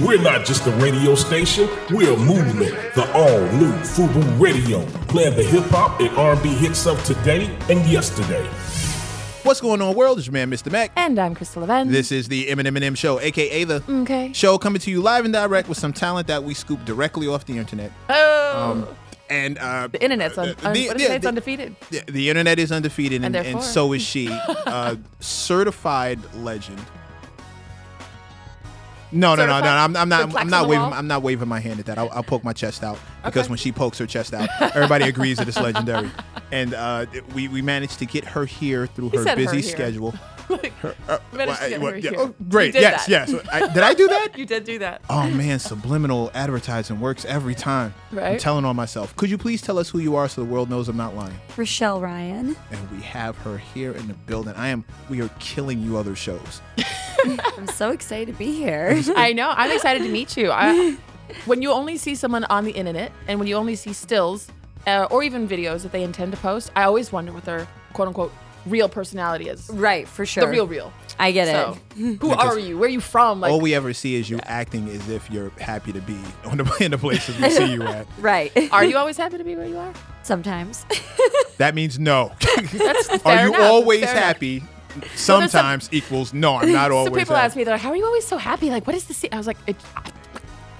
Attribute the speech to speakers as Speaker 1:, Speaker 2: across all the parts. Speaker 1: We're not just a radio station, we're a movement. The all-new FUBU Radio, playing the hip-hop and R&B hits of today and yesterday.
Speaker 2: What's going on, world? It's your man, Mr. Mac.
Speaker 3: And I'm Crystal Levin.
Speaker 2: This is the Eminem and M Show, aka the
Speaker 3: Okay.
Speaker 2: show coming to you live and direct with some talent that we scoop directly off the internet.
Speaker 3: Oh,
Speaker 2: And uh,
Speaker 3: the internet's un-
Speaker 2: Um, the-
Speaker 3: un- what is
Speaker 2: yeah,
Speaker 3: it? It's
Speaker 2: the-
Speaker 3: undefeated.
Speaker 2: the, the internet is undefeated, and,
Speaker 3: And
Speaker 2: and,
Speaker 3: therefore-
Speaker 2: so is she. Uh, certified legend. No, no, no, no,
Speaker 3: Certified-
Speaker 2: no! I'm, I'm
Speaker 3: the
Speaker 2: not.
Speaker 3: plaques
Speaker 2: I'm
Speaker 3: on
Speaker 2: not
Speaker 3: the
Speaker 2: waving.
Speaker 3: wall?
Speaker 2: I'm not waving my hand at that. I'll, I'll poke my chest out because
Speaker 3: Okay.
Speaker 2: when she pokes her chest out, everybody agrees that it's legendary. And uh, we we managed to get her here through her
Speaker 3: said her
Speaker 2: busy
Speaker 3: here.
Speaker 2: schedule.
Speaker 3: Like,
Speaker 2: Uh,
Speaker 3: managed to
Speaker 2: Why-
Speaker 3: get
Speaker 2: what-
Speaker 3: her
Speaker 2: yeah,
Speaker 3: here.
Speaker 2: oh, great.
Speaker 3: You did
Speaker 2: Yes,
Speaker 3: that.
Speaker 2: yes. I- did I do that?
Speaker 3: You did do that.
Speaker 2: Oh man, subliminal advertising works every time. I'm
Speaker 3: Right?
Speaker 2: telling on myself. Could you please tell us who you are so the world knows I'm not lying?
Speaker 4: Rochelle Ryan.
Speaker 2: And we have her here in the building. I am. We are killing you other shows.
Speaker 4: I'm so excited to be here.
Speaker 3: I know. I'm excited to meet you. I, when you only see someone on the internet, and when you only see stills uh, or even videos that they intend to post, I always wonder what their quote unquote real personality is.
Speaker 4: right, for sure.
Speaker 3: The real, real.
Speaker 4: I get
Speaker 3: So,
Speaker 4: it.
Speaker 3: who are you? Where are you from? Like,
Speaker 2: All we ever see is you acting as if you're happy to be on the in the places we see you at.
Speaker 4: Right.
Speaker 3: are you always happy to be where you are?
Speaker 4: Sometimes.
Speaker 2: That means no. are
Speaker 3: fair
Speaker 2: you
Speaker 3: enough,
Speaker 2: always
Speaker 3: fair enough.
Speaker 2: happy? Sometimes equals no. I'm not always.
Speaker 3: So people
Speaker 2: happy.
Speaker 3: ask me, they're like, "How are you always so happy? Like, what is the?" se-" I was like, it,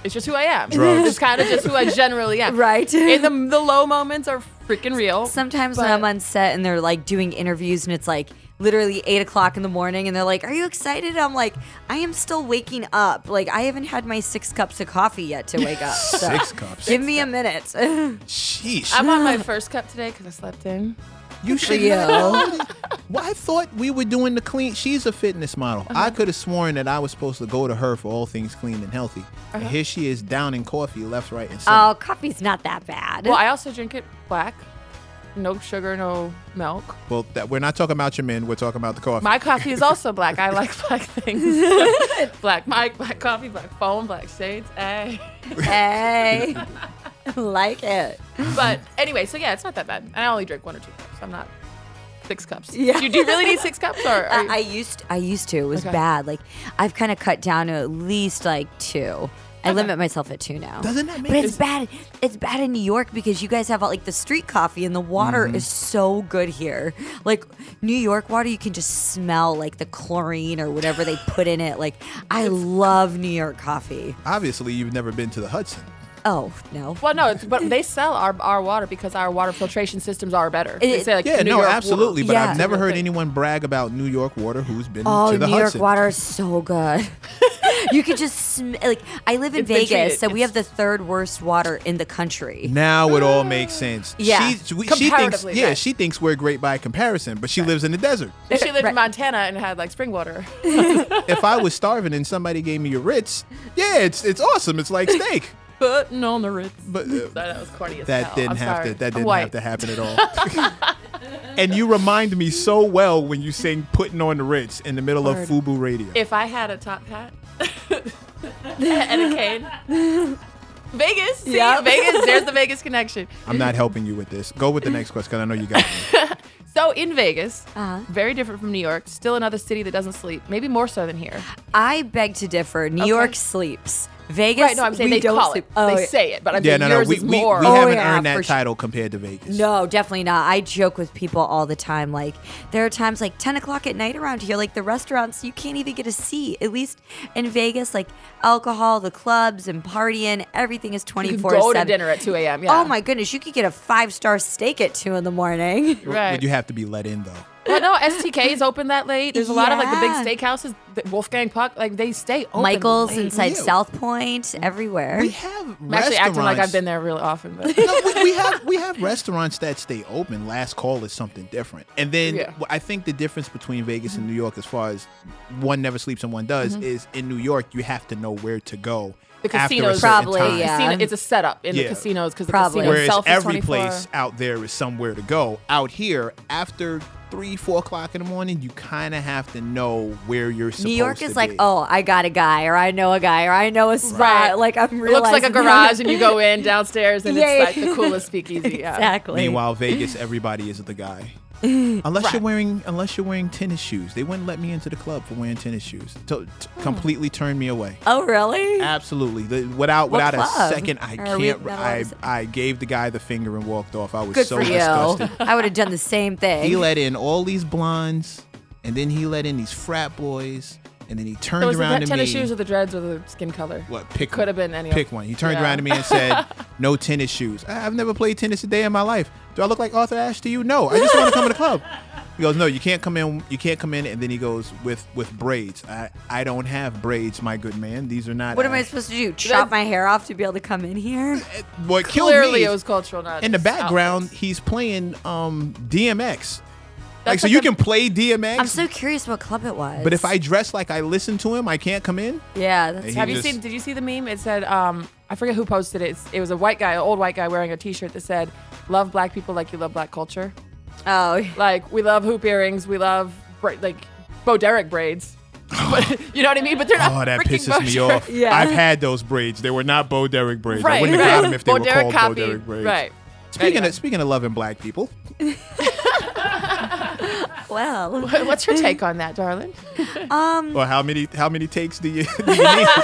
Speaker 3: "It's just who I am.
Speaker 2: Drugs.
Speaker 3: It's kind of just who I generally am.
Speaker 4: Right.
Speaker 3: And the the low moments are freaking real.
Speaker 4: Sometimes
Speaker 3: But-
Speaker 4: when I'm on set and they're like doing interviews and it's like literally eight o'clock in the morning and they're like, Are you excited? I'm like, I am still waking up. Like, I haven't had my six cups of coffee yet to wake up. So
Speaker 2: Six cups.
Speaker 4: uh, Give me a minute.
Speaker 2: Sheesh.
Speaker 3: I'm on my first cup today because I slept in.
Speaker 2: You should
Speaker 4: you.
Speaker 2: know. Well, I thought we were doing the clean. She's a fitness model.
Speaker 4: Uh-huh.
Speaker 2: I could have sworn that I was supposed to go to her for all things clean and healthy. And
Speaker 4: Uh-huh.
Speaker 2: here she is downing coffee left, right, and center.
Speaker 4: oh, coffee's not that bad.
Speaker 3: Well, I also drink it black, no sugar, no milk.
Speaker 2: well, that, we're not talking about your men. We're talking about the coffee.
Speaker 3: My coffee is also black. I like black things. black mic, black coffee, black phone, black shades. eh. Ay.
Speaker 4: hey. like it.
Speaker 3: But anyway, so yeah, it's not that bad. And I only drink one or two cups. I'm not six cups.
Speaker 4: Yeah.
Speaker 3: Do you, do you really need six cups? Or are
Speaker 4: I,
Speaker 3: you-
Speaker 4: I used I used to. It was
Speaker 3: Okay.
Speaker 4: bad. Like I've kind of cut down to at least like two. I limit myself at two now.
Speaker 2: Doesn't that make
Speaker 4: But it's bad. It's bad in New York because you guys have like the street coffee and the water
Speaker 2: Mm-hmm.
Speaker 4: is so good here. Like New York water, you can just smell like the chlorine or whatever they put in it. Like I love New York coffee.
Speaker 2: Obviously, you've never been to the Hudson.
Speaker 4: Oh no.
Speaker 3: well, no, it's, but they sell our, our water because our water filtration systems are better. They
Speaker 4: It-
Speaker 3: say, like,
Speaker 2: Yeah,
Speaker 3: New
Speaker 2: no,
Speaker 3: York water.
Speaker 2: absolutely. But
Speaker 4: Yeah.
Speaker 2: I've never heard
Speaker 3: Thing.
Speaker 2: anyone brag about New York water who's been
Speaker 4: Oh,
Speaker 2: to the
Speaker 4: New York
Speaker 2: Hudson.
Speaker 4: water is so good. you could just sm- like I live in
Speaker 3: It's been treated.
Speaker 4: Vegas, so we
Speaker 3: It's-
Speaker 4: have the third worst water in the country.
Speaker 2: Now it all makes sense.
Speaker 4: Yeah.
Speaker 2: She, we, she thinks,
Speaker 3: Comparatively,
Speaker 2: yeah,
Speaker 3: right.
Speaker 2: she thinks we're great by comparison, but she lives in the desert.
Speaker 3: If she lived
Speaker 4: Right.
Speaker 3: in Montana and had like spring water,
Speaker 2: if I was starving and somebody gave me a Ritz, yeah, it's it's awesome. It's like steak.
Speaker 3: putting on the Ritz.
Speaker 2: But uh,
Speaker 3: That was corny as
Speaker 2: that
Speaker 3: hell.
Speaker 2: didn't
Speaker 3: I'm
Speaker 2: have
Speaker 3: sorry.
Speaker 2: to that
Speaker 3: I'm
Speaker 2: didn't
Speaker 3: white.
Speaker 2: have to happen at all. and you remind me so well when you sing "Putting on the Ritz" in the middle
Speaker 3: Word.
Speaker 2: of Fubu Radio.
Speaker 3: If I had a top hat and a cane. Vegas, see
Speaker 4: Yep.
Speaker 3: Vegas. There's the Vegas connection.
Speaker 2: I'm not helping you with this. Go with the next question because I know you got. It.
Speaker 3: So in Vegas,
Speaker 4: Uh-huh.
Speaker 3: very different from New York. Still another city that doesn't sleep. Maybe more so than here.
Speaker 4: I beg to differ. New
Speaker 3: Okay.
Speaker 4: York sleeps. Vegas,
Speaker 3: right? No, I'm saying
Speaker 4: we
Speaker 3: they
Speaker 4: don't
Speaker 3: call
Speaker 4: sleep.
Speaker 3: it. they say it, but I'm
Speaker 2: Yeah,
Speaker 3: saying
Speaker 2: no, no,
Speaker 3: yours
Speaker 2: we,
Speaker 3: is
Speaker 2: we, we
Speaker 3: more.
Speaker 4: Oh,
Speaker 2: haven't
Speaker 4: yeah,
Speaker 2: earned that
Speaker 4: for sure.
Speaker 2: title compared to Vegas.
Speaker 4: No, definitely not. I joke with people all the time. Like, there are times like 10 o'clock at night around here, like the restaurants, you can't even get a seat. At least in Vegas, like alcohol, the clubs, and partying, everything is 24
Speaker 3: you can go to dinner at 2 a.m. Yeah.
Speaker 4: Oh my goodness, you could get a five star steak at 2 in the morning.
Speaker 2: W-
Speaker 3: Right.
Speaker 2: Would you have to be let in though?
Speaker 3: Well, no, STK is open that late. There's a lot of like the big
Speaker 4: Yeah.
Speaker 3: steakhouses, the Wolfgang Puck, like they stay open.
Speaker 4: Michael's
Speaker 3: late.
Speaker 4: inside
Speaker 2: Ew.
Speaker 4: South Point, everywhere.
Speaker 2: We have
Speaker 3: I'm actually acting like
Speaker 2: restaurants-
Speaker 3: I've been there really often. But.
Speaker 2: no, we, we have we have restaurants that stay open. Last call is something different, and then
Speaker 3: Yeah. Mm-hmm.
Speaker 2: wh- I think the difference between Vegas and New York, as far as one never sleeps and one does, is in New York you have to know where to go.
Speaker 3: The
Speaker 2: after a
Speaker 3: casinos
Speaker 2: certain
Speaker 4: Probably,
Speaker 2: time.
Speaker 4: yeah.
Speaker 3: Casino- it's a setup in
Speaker 2: Yeah.
Speaker 3: the casinos because the
Speaker 4: Probably.
Speaker 3: casino
Speaker 2: Whereas
Speaker 3: itself is
Speaker 2: every
Speaker 3: 24.
Speaker 2: place out there is somewhere to go. Out here, after three, four o'clock in the morning, you kind of have to know where you're. Supposed
Speaker 4: New York
Speaker 2: to
Speaker 4: is like,
Speaker 2: be.
Speaker 4: oh, I got a guy, or I know a guy, or I know a spot.
Speaker 3: Right.
Speaker 4: Like I'm
Speaker 3: It looks
Speaker 4: realizing
Speaker 3: like a garage, and you go in downstairs, and
Speaker 4: Yeah,
Speaker 3: it's like
Speaker 4: yeah.
Speaker 3: the coolest speakeasy. Yeah.
Speaker 4: exactly.
Speaker 2: Meanwhile, Vegas, everybody is the guy. Unless
Speaker 3: Right.
Speaker 2: you're wearing unless you're wearing tennis shoes, they wouldn't let me into the club for wearing tennis shoes. To, t-
Speaker 4: Hmm.
Speaker 2: Completely turned me away.
Speaker 4: Oh, really?
Speaker 2: uh, Absolutely, The- without
Speaker 4: What
Speaker 2: without
Speaker 4: club?
Speaker 2: a second, I
Speaker 4: Are we
Speaker 2: can't.
Speaker 4: not
Speaker 2: I,
Speaker 4: allowed to
Speaker 2: I gave the guy the finger and walked off. I was
Speaker 4: Good
Speaker 2: so
Speaker 4: for you.
Speaker 2: disgusted.
Speaker 4: I would have done the same
Speaker 2: He
Speaker 4: thing.
Speaker 2: let in all these blondes, and then he let in these frat boys, and then he turned
Speaker 3: It was the
Speaker 2: around
Speaker 3: te-
Speaker 2: to
Speaker 3: tennis
Speaker 2: me.
Speaker 3: shoes or the dreads or the skin color.
Speaker 2: what pick
Speaker 3: Could have been any. of-
Speaker 2: pick one. He turned
Speaker 3: Yeah.
Speaker 2: around to me and said, "No tennis shoes. I- I've never played tennis a day in my life. Do I look like Arthur Ashe to you? No. I just want to come in the club." He goes, "No, you can't come in. You can't come in." And then he goes with with braids. I I don't have braids, my good man. These are not.
Speaker 4: What am
Speaker 2: uh,
Speaker 4: I supposed to do? Chop my hair off to be able to come in here?
Speaker 2: What killed
Speaker 3: Clearly,
Speaker 2: me
Speaker 3: it
Speaker 2: is
Speaker 3: was cultural. Not
Speaker 2: in the
Speaker 3: just
Speaker 2: background.
Speaker 3: outfits.
Speaker 2: He's playing um DMX. like
Speaker 3: That's
Speaker 2: so,
Speaker 3: like
Speaker 2: you
Speaker 3: a-
Speaker 2: can play DMX.
Speaker 4: I'm so curious what club it was.
Speaker 2: but if I dress like I listen to him, I can't come in.
Speaker 4: yeah, that's
Speaker 2: He
Speaker 3: Have you
Speaker 2: just-
Speaker 3: seen? Did you see the meme? It said, um, I forget who posted it. It's, it was a white guy, an old white guy, wearing a T-shirt that said, "Love black people like you love black culture."
Speaker 4: oh,
Speaker 3: Like we love hoop earrings, we love bra- like Bo Derek braids. But you know what I mean? But they're not.
Speaker 2: Oh, that
Speaker 3: freaking
Speaker 2: pisses
Speaker 3: Bo
Speaker 2: me
Speaker 3: Derek.
Speaker 2: off.
Speaker 4: Yeah.
Speaker 2: I've had those braids. They were not Bo Derek braids.
Speaker 3: Right.
Speaker 2: I wouldn't have
Speaker 3: right.
Speaker 2: got them if they
Speaker 3: Bo
Speaker 2: were
Speaker 3: Derek
Speaker 2: called
Speaker 3: copied,
Speaker 2: Bo Derek braids.
Speaker 3: Right.
Speaker 2: Speaking
Speaker 3: Anyway.
Speaker 2: of speaking of loving black people,
Speaker 4: well.
Speaker 3: What's your take on that, darling? Mm.
Speaker 2: well, how many how many takes do you, do you need?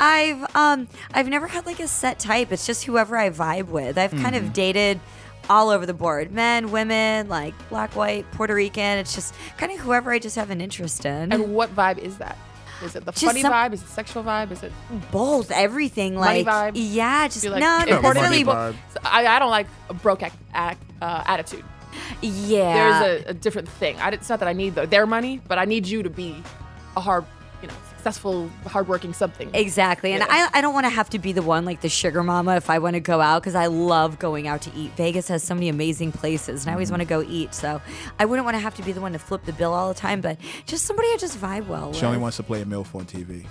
Speaker 4: I've um I've never had like a set type. It's just whoever I vibe with. I've kind
Speaker 2: Mm-hmm.
Speaker 4: of dated all over the board. Men, women, like black, white, Puerto Rican. It's just kind of whoever I just have an interest in.
Speaker 3: And what vibe is that? Is it the
Speaker 4: Just
Speaker 3: funny
Speaker 4: some-
Speaker 3: vibe? Is it sexual vibe? Is it
Speaker 4: both everything
Speaker 3: Money vibe?
Speaker 4: like yeah, just
Speaker 3: you
Speaker 4: no,
Speaker 3: like
Speaker 4: not
Speaker 2: Yeah, money
Speaker 4: necessarily.
Speaker 2: vibe.
Speaker 3: So I, I don't like a broke act, act, uh, attitude.
Speaker 4: Yeah.
Speaker 3: There's a, a different thing. I, it's not that I need the, their money, but I need you to be a hard, you know, successful, hardworking something.
Speaker 4: Exactly. And I, I don't want to have to be the one like the sugar mama if I want to go out because I love going out to eat. Vegas has so many amazing places and I
Speaker 2: Mm-hmm.
Speaker 4: always want to go eat. So I wouldn't want to have to be the one to flip the bill all the time, but just somebody I just vibe well
Speaker 2: She only
Speaker 4: with.
Speaker 2: wants to play a MILF on TV.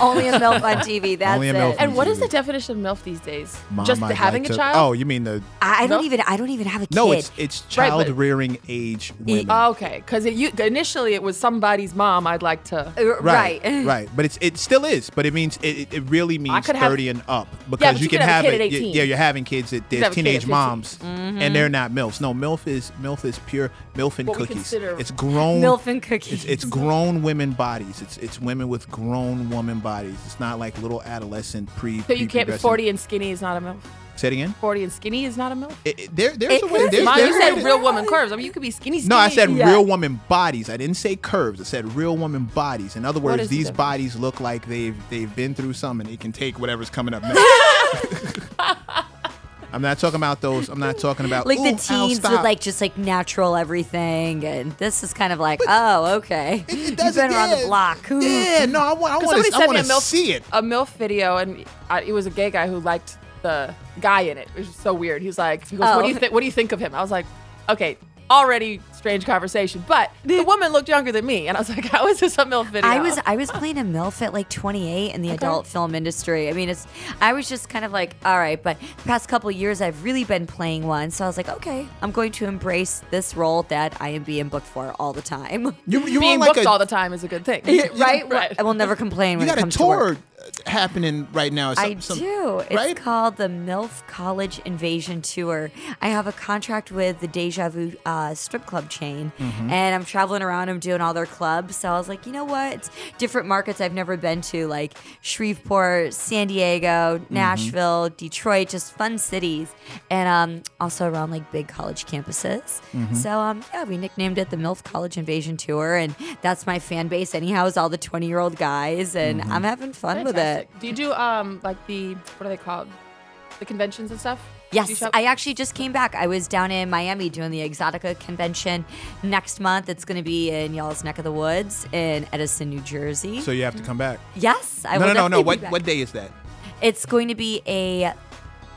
Speaker 4: only a MILF on TV. That's
Speaker 2: Only a
Speaker 4: it.
Speaker 2: MILF.
Speaker 3: and what is the definition of MILF these days?
Speaker 2: Mom,
Speaker 3: Just
Speaker 2: I'd
Speaker 3: having
Speaker 2: like
Speaker 3: a
Speaker 2: to-
Speaker 3: child?
Speaker 2: Oh, you mean the
Speaker 4: I, I don't
Speaker 3: No?
Speaker 4: even I don't even have a kid.
Speaker 2: No, it's it's
Speaker 3: Right,
Speaker 2: child
Speaker 3: but- E
Speaker 2: rearing age women.
Speaker 3: Oh, Okay, because initially it was somebody's mom. I'd like to.
Speaker 4: Uh,
Speaker 2: Right,
Speaker 4: right.
Speaker 2: right, but it's it still is, but it means it, it- it really means
Speaker 3: could have-
Speaker 2: thirty and up because
Speaker 3: but
Speaker 2: you, can have,
Speaker 3: a kid
Speaker 2: it.
Speaker 3: at 18.
Speaker 2: yeah, you're having kids that
Speaker 3: have
Speaker 2: they're
Speaker 3: a kid at
Speaker 2: teenage
Speaker 3: 15.
Speaker 2: moms and they're not milfs. No, milf is milf is pure milf and
Speaker 3: What we
Speaker 2: cookies.
Speaker 3: consider-
Speaker 2: It's grown
Speaker 4: MILF and cookies.
Speaker 2: It's, it's grown women bodies. It's it's women with grown woman bodies. It's not like little adolescent pre.
Speaker 3: So you can't be
Speaker 2: prepubescent-
Speaker 3: 40 and skinny is not a MILF.
Speaker 2: Say it again.
Speaker 3: 40 and skinny is not a MILF.
Speaker 2: It, it- there, there's
Speaker 4: It
Speaker 2: a way.
Speaker 4: could
Speaker 2: There's,
Speaker 4: be.
Speaker 3: Mom,
Speaker 2: there's
Speaker 3: you
Speaker 2: a way
Speaker 3: said
Speaker 2: to-
Speaker 3: real woman curves. I mean, you could be skinny. skinny.
Speaker 2: No, I said
Speaker 4: Yeah.
Speaker 2: real woman bodies. I didn't say curves. I said real woman bodies. In other words,
Speaker 3: is the
Speaker 2: these
Speaker 3: difference?
Speaker 2: bodies look like they've they've been through some and they can take whatever's coming up next. I'm not talking about those. I'm not talking about
Speaker 4: Like
Speaker 2: "Ooh,
Speaker 4: the
Speaker 2: Al,
Speaker 4: teens with
Speaker 2: stop."
Speaker 4: like just like natural everything and this is kind of like, oh, okay.
Speaker 2: It- it
Speaker 4: You've
Speaker 2: doesn't-
Speaker 4: been around
Speaker 2: yeah,
Speaker 4: the block.
Speaker 2: Yeah, no, I want. I want.
Speaker 3: somebody
Speaker 2: I
Speaker 3: sent me
Speaker 2: want
Speaker 3: a
Speaker 2: to
Speaker 3: milf
Speaker 2: see it.
Speaker 3: a milf video, and I, it was a gay guy who liked the guy in it, which is so weird. He was like, he goes, "What do you
Speaker 4: Oh.
Speaker 3: think? What do you think of him?" I was like, "Okay, already strange conversation." But the woman looked younger than me, and I was like, "How is this a milf video?"
Speaker 4: I was I was playing a MILF at like 28 in the adult film industry. I mean, it's I was just kind of like, all right, but the past couple of years I've really been playing one, so I was like, okay, I'm going to embrace this role that I am being booked for all the time.
Speaker 2: You, you want
Speaker 3: being
Speaker 2: like
Speaker 3: booked
Speaker 2: a,
Speaker 3: all the time is a good thing,
Speaker 4: right?
Speaker 3: Right.
Speaker 4: I will never complain
Speaker 2: You
Speaker 4: when it
Speaker 2: got a
Speaker 4: comes to work.
Speaker 2: tour uh, happening right now. or
Speaker 4: I
Speaker 2: some- some-
Speaker 4: do. It's
Speaker 2: right?
Speaker 4: called the MILF College Invasion Tour. I have a contract with the Deja Vu uh, strip club chain,
Speaker 2: Mm-hmm.
Speaker 4: and I'm traveling around. I'm doing all their clubs. So I was like, you know what? It's different markets I've never been to, like Shreveport, San Diego,
Speaker 2: Mm-hmm.
Speaker 4: Nashville, Detroit, just fun cities, and um, also around like big college campuses.
Speaker 2: Mm-hmm.
Speaker 4: So um, yeah, we nicknamed it the MILF College Invasion Tour, and that's my fan base. Anyhow, is all the 20 year old guys, and
Speaker 2: Mm-hmm.
Speaker 4: I'm having fun with it.
Speaker 3: Fantastic. Do you do um like the what are they called? The conventions and stuff. Do you
Speaker 4: Yes,
Speaker 3: shop-
Speaker 4: I actually just came back. I was down in Miami doing the Exotica convention next month. It's going to be in y'all's neck of the woods in Edison, New Jersey.
Speaker 2: So you have to come back.
Speaker 4: yes, I
Speaker 2: no, no,
Speaker 4: will
Speaker 2: no, no.
Speaker 4: definitely be
Speaker 2: What
Speaker 4: back.
Speaker 2: what day is that?
Speaker 4: It's going to be a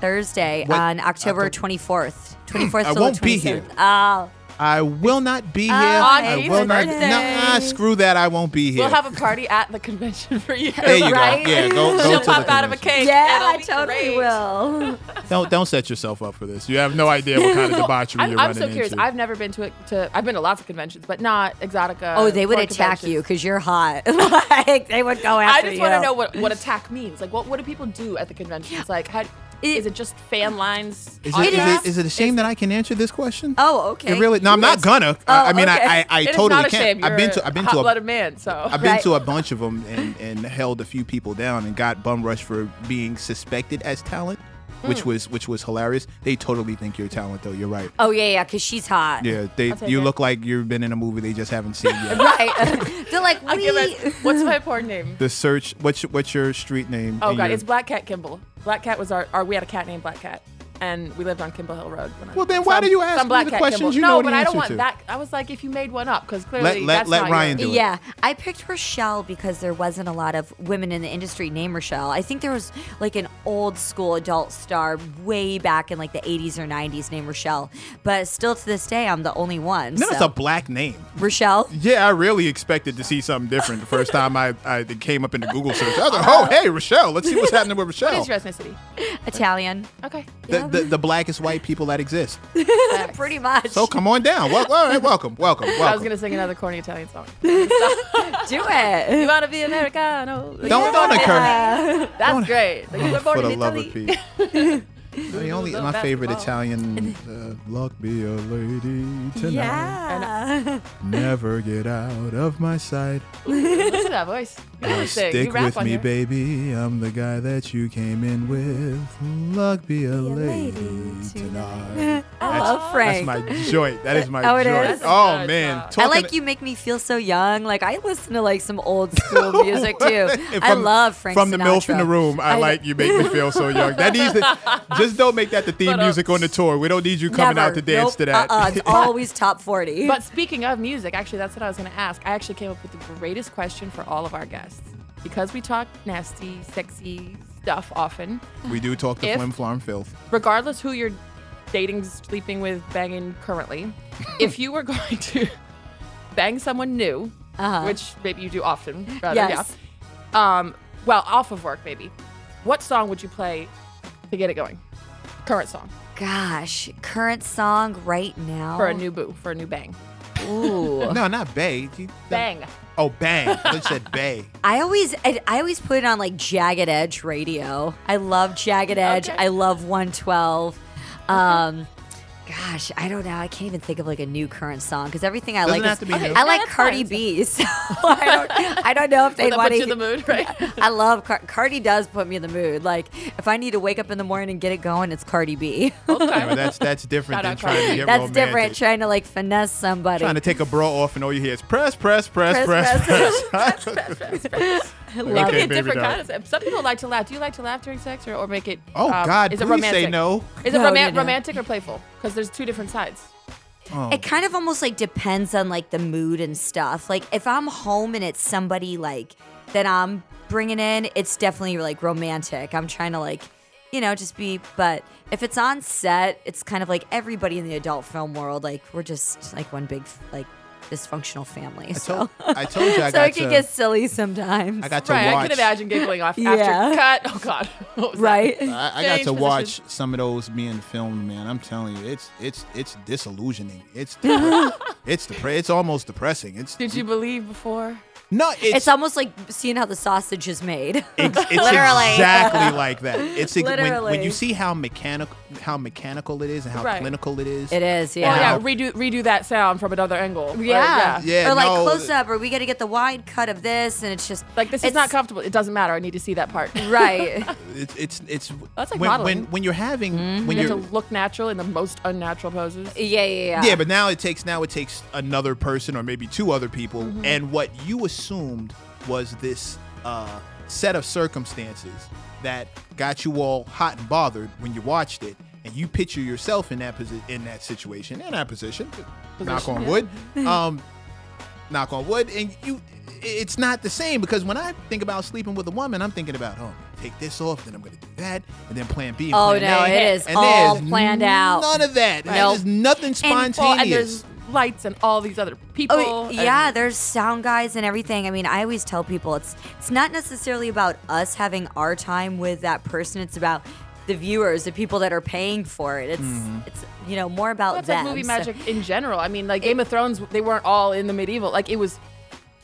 Speaker 4: Thursday
Speaker 2: What?
Speaker 4: on October
Speaker 2: Octo-
Speaker 4: twenty fourth, twenty fourth.
Speaker 2: I won't be here.
Speaker 4: Oh,
Speaker 2: I will not be here. I
Speaker 3: Katie's
Speaker 2: will not.
Speaker 3: birthday.
Speaker 2: Nah, screw that. I won't be here.
Speaker 3: We'll have a party at the convention for you.
Speaker 2: There you
Speaker 4: Right?
Speaker 2: go. Yeah, go, go
Speaker 3: She'll
Speaker 2: to
Speaker 3: pop
Speaker 2: the
Speaker 3: out of a
Speaker 2: convention.
Speaker 3: cake.
Speaker 4: yeah,
Speaker 3: It'll
Speaker 4: I
Speaker 3: be
Speaker 4: totally
Speaker 3: great.
Speaker 4: will.
Speaker 2: Don't don't set yourself up for this. You have no idea what kind of debauchery
Speaker 3: I'm,
Speaker 2: you're
Speaker 3: I'm
Speaker 2: running
Speaker 3: so curious.
Speaker 2: into.
Speaker 3: I've never been to it. To I've been to lots of conventions, but not Exotica.
Speaker 4: oh, they would
Speaker 3: or
Speaker 4: attack
Speaker 3: conventions.
Speaker 4: you because you're hot. like they would go
Speaker 3: I
Speaker 4: after you.
Speaker 3: just want to know what, what attack means. Like, what, what do people do at the conventions? Like, how,
Speaker 4: It-
Speaker 3: Is it just fan lines?
Speaker 2: Is it, is,
Speaker 4: Autograph?
Speaker 2: it, is it a shame that I can answer this question?
Speaker 4: Oh, okay.
Speaker 2: It really? No, I'm not
Speaker 4: Yes.
Speaker 2: gonna. I, I
Speaker 4: Oh,
Speaker 2: mean,
Speaker 4: okay.
Speaker 2: I, I, I
Speaker 3: It is
Speaker 2: totally
Speaker 3: not a
Speaker 2: can't.
Speaker 3: shame.
Speaker 2: I've been
Speaker 3: You're
Speaker 2: to, I've been
Speaker 3: a
Speaker 2: to
Speaker 3: hot-blooded
Speaker 2: a,
Speaker 3: man. So
Speaker 2: I've been
Speaker 4: Right.
Speaker 2: to a bunch of them and, and held a few people down and got bum rushed for being suspected as talent, which
Speaker 3: Hmm.
Speaker 2: was which was hilarious. They totally think you're talent though. You're right.
Speaker 4: Oh yeah, yeah, because she's hot.
Speaker 2: Yeah, they
Speaker 3: take
Speaker 2: you
Speaker 3: it.
Speaker 2: look like you've been in a movie they just haven't seen yet.
Speaker 4: Right. They're like,
Speaker 3: I'll give it.
Speaker 4: we.
Speaker 3: What's my porn name?
Speaker 2: The search. What's your- what's your street name?
Speaker 3: Oh
Speaker 2: and
Speaker 3: god,
Speaker 2: your-
Speaker 3: it's Black Cat Kimball. Black Cat was our, our we had a cat named Black Cat, and we lived on Kimball Hill Road. When I-
Speaker 2: Well, then
Speaker 3: so
Speaker 2: why
Speaker 3: I'm-
Speaker 2: do you
Speaker 3: so
Speaker 2: ask
Speaker 3: I'm
Speaker 2: me
Speaker 3: Black
Speaker 2: the
Speaker 3: Cat
Speaker 2: questions
Speaker 3: Kimball.
Speaker 2: you know
Speaker 3: No,
Speaker 2: the
Speaker 3: but I don't
Speaker 2: answer
Speaker 3: want
Speaker 2: to?
Speaker 3: that. I was like, if you made one up, because clearly
Speaker 2: let-
Speaker 3: that's
Speaker 2: let
Speaker 3: not
Speaker 2: Ryan
Speaker 3: your-
Speaker 2: do it.
Speaker 4: Yeah, I picked Rochelle because there wasn't a lot of women in the industry named Rochelle. I think there was like an old school adult star way back in like the 80s or 90s named Rochelle, but still to this day, I'm the only one.
Speaker 2: No,
Speaker 4: so.
Speaker 2: it's a black name.
Speaker 4: Rochelle.
Speaker 2: Yeah, I really expected to see something different the first time I, I it came up in the Google search. I was like, oh, hey, Rochelle, let's see what's happening with Rochelle.
Speaker 3: What is your ethnicity?
Speaker 4: Italian.
Speaker 3: Okay.
Speaker 2: the, the, the blackest white people that exist.
Speaker 3: Facts.
Speaker 4: Pretty much.
Speaker 2: So Oh, come on down. Wel- all right, welcome, welcome, welcome.
Speaker 3: I was gonna sing another corny Italian song.
Speaker 4: Do
Speaker 3: You
Speaker 4: it.
Speaker 3: wanna be Americano?
Speaker 2: don't don't occur.
Speaker 3: That's great. Like, you were born
Speaker 2: For
Speaker 3: in
Speaker 2: the love
Speaker 3: Italy.
Speaker 2: of Pete. The only
Speaker 3: Little
Speaker 2: my favorite
Speaker 3: basketball.
Speaker 2: Italian. Uh, Luck be a lady tonight. uh,
Speaker 4: Yeah.
Speaker 2: Never get out of my sight.
Speaker 3: Listen to that voice. You really sing.
Speaker 2: Stick
Speaker 3: you rap
Speaker 2: with
Speaker 3: on
Speaker 2: me,
Speaker 3: here.
Speaker 2: baby. I'm the guy that you came in with. Luck be a
Speaker 4: a
Speaker 2: lady,
Speaker 4: lady
Speaker 2: tonight.
Speaker 4: I love
Speaker 2: That's
Speaker 4: Frank.
Speaker 2: my joint. That is my
Speaker 4: Oh, it
Speaker 2: joint.
Speaker 4: is?
Speaker 2: Oh
Speaker 3: That's
Speaker 2: man,
Speaker 3: nice.
Speaker 4: I
Speaker 2: Talking-
Speaker 4: like you make me feel so young. Like I listen to like some old school music too.
Speaker 2: If
Speaker 4: I
Speaker 2: I'm-
Speaker 4: love Frank
Speaker 2: From the MILF
Speaker 4: Sinatra.
Speaker 2: in the room, I,
Speaker 4: I-
Speaker 2: like you make me feel so young. That needs to, just don't make that the theme
Speaker 3: But, uh,
Speaker 2: music on the tour. We don't need you coming
Speaker 4: Never.
Speaker 2: out to dance
Speaker 4: Nope.
Speaker 2: to that.
Speaker 4: Uh-uh. It's always top 40.
Speaker 3: But speaking of music, actually, that's what I was going to ask. I actually came up with the greatest question for all of our guests because we talk nasty, sexy stuff often.
Speaker 2: we do talk to
Speaker 3: If-
Speaker 2: flim flam filth.
Speaker 3: Regardless who you're dating, sleeping with, banging currently, if you were going to bang someone new, which maybe you do often, rather,
Speaker 4: Uh-huh. Yes.
Speaker 3: yeah. Um, well, off of work, maybe. What song would you play to get it going? Current song
Speaker 4: Gosh, current song right now.
Speaker 3: for a new boo, for a new bang.
Speaker 4: Ooh.
Speaker 2: No, not Bay. You-
Speaker 3: Bang.
Speaker 2: Oh, bang. I said Bay.
Speaker 4: I always I, I always put it on like Jagged Edge radio. I love Jagged Edge.
Speaker 3: Okay.
Speaker 4: I love 112. Um gosh, I don't know. I can't even think of like a new current song cuz everything I
Speaker 2: Doesn't
Speaker 4: like
Speaker 2: have
Speaker 4: is,
Speaker 2: to be Okay, new.
Speaker 4: I
Speaker 3: no,
Speaker 4: like
Speaker 3: that's
Speaker 4: Cardi
Speaker 3: fine.
Speaker 4: B. So I don't I don't know if they
Speaker 3: That
Speaker 4: want
Speaker 3: puts you in the
Speaker 4: to
Speaker 3: mood, right?
Speaker 4: I love Car- Cardi does put me in the mood. Like if I need to wake up in the morning and get it going, it's Cardi B.
Speaker 2: Anyway, that's that's different
Speaker 3: Shout
Speaker 2: than
Speaker 3: out
Speaker 2: trying to
Speaker 3: Cardi.
Speaker 2: get
Speaker 4: That's
Speaker 2: romantic.
Speaker 4: different trying to like finesse somebody.
Speaker 2: Trying to take a bra off and all you hear is press, press, press, press,
Speaker 4: Press,
Speaker 2: press.
Speaker 3: It
Speaker 2: Okay,
Speaker 3: could be a
Speaker 2: baby
Speaker 3: different
Speaker 2: doll.
Speaker 3: kind of sex. Some people like to laugh. Do you like to laugh during sex or, or make it?
Speaker 2: Oh
Speaker 3: um,
Speaker 2: God,
Speaker 3: is it
Speaker 2: please
Speaker 3: romantic?
Speaker 2: say no.
Speaker 3: Is it
Speaker 4: No,
Speaker 3: roman-
Speaker 4: you know.
Speaker 3: romantic or playful? Because there's two different sides.
Speaker 4: It kind of almost like depends on like the mood and stuff. Like if I'm home and it's somebody like that I'm bringing in, it's definitely like romantic. I'm trying to like, you know, just be. But if it's on set, it's kind of like everybody in the adult film world. Like we're just like one big like dysfunctional family.
Speaker 2: I
Speaker 4: So
Speaker 2: told, I told you I
Speaker 4: so
Speaker 2: got
Speaker 4: it
Speaker 2: to.
Speaker 4: can get silly sometimes.
Speaker 2: I got to
Speaker 3: Right,
Speaker 2: watch.
Speaker 3: I can imagine giggling off
Speaker 4: Yeah.
Speaker 3: after cut. Oh God, What was that?
Speaker 4: right.
Speaker 2: I, I got
Speaker 3: Change
Speaker 2: to
Speaker 3: position.
Speaker 2: watch some of those being filmed, man. I'm telling you, it's it's it's disillusioning. It's depre- it's depre- it's almost depressing. It's
Speaker 3: Did you believe before?
Speaker 2: no, it's
Speaker 4: It's almost like seeing how the sausage is made.
Speaker 2: Ex- it's
Speaker 4: Literally.
Speaker 2: exactly like that. It's ex- when- When,
Speaker 4: Literally.
Speaker 2: you see how mechanical how mechanical it is and how
Speaker 3: Right.
Speaker 2: clinical it is.
Speaker 4: it is.
Speaker 3: Oh
Speaker 4: Yeah.
Speaker 3: yeah, redo redo that sound from another angle. Right,
Speaker 4: Yeah.
Speaker 2: Yeah,
Speaker 4: Or like
Speaker 2: no.
Speaker 4: close up, or we got to get the wide cut of this, and it's just
Speaker 3: Like this is
Speaker 4: it's-
Speaker 3: not comfortable. It doesn't matter. I need to see that part. You
Speaker 4: right.
Speaker 2: It's it's, it's
Speaker 3: That's
Speaker 2: when,
Speaker 3: like
Speaker 2: when
Speaker 3: modeling.
Speaker 2: when you're having when
Speaker 3: have to
Speaker 2: you're
Speaker 3: look natural in the most unnatural poses.
Speaker 4: yeah, yeah, yeah.
Speaker 2: yeah, but now it takes now it takes another person or maybe two other people,
Speaker 4: Mm-hmm.
Speaker 2: and what you assumed was this uh, set of circumstances that got you all hot and bothered when you watched it, and you picture yourself in that posi- in that situation, in that position. knock on wood. Um, knock on wood, and you. It's not the same because when I think about sleeping with a woman, I'm thinking about, oh, take this off, then I'm gonna do that, and then Plan B. And
Speaker 4: Oh
Speaker 2: plan
Speaker 4: no,
Speaker 2: A.
Speaker 4: it is
Speaker 2: And
Speaker 4: all
Speaker 2: there's
Speaker 4: planned out.
Speaker 2: None of that. There's nothing spontaneous.
Speaker 3: Well, and there's lights and all these other people.
Speaker 4: Oh yeah, there's sound guys and everything. I mean, I always tell people it's it's not necessarily about us having our time with that person. It's about the viewers, the people that are paying for it. It's
Speaker 2: Mm-hmm.
Speaker 4: it's you know more about
Speaker 3: That's
Speaker 4: them.
Speaker 3: like movie
Speaker 4: so-
Speaker 3: magic in general. I mean, like Game of Thrones, they weren't all in the medieval. Like it was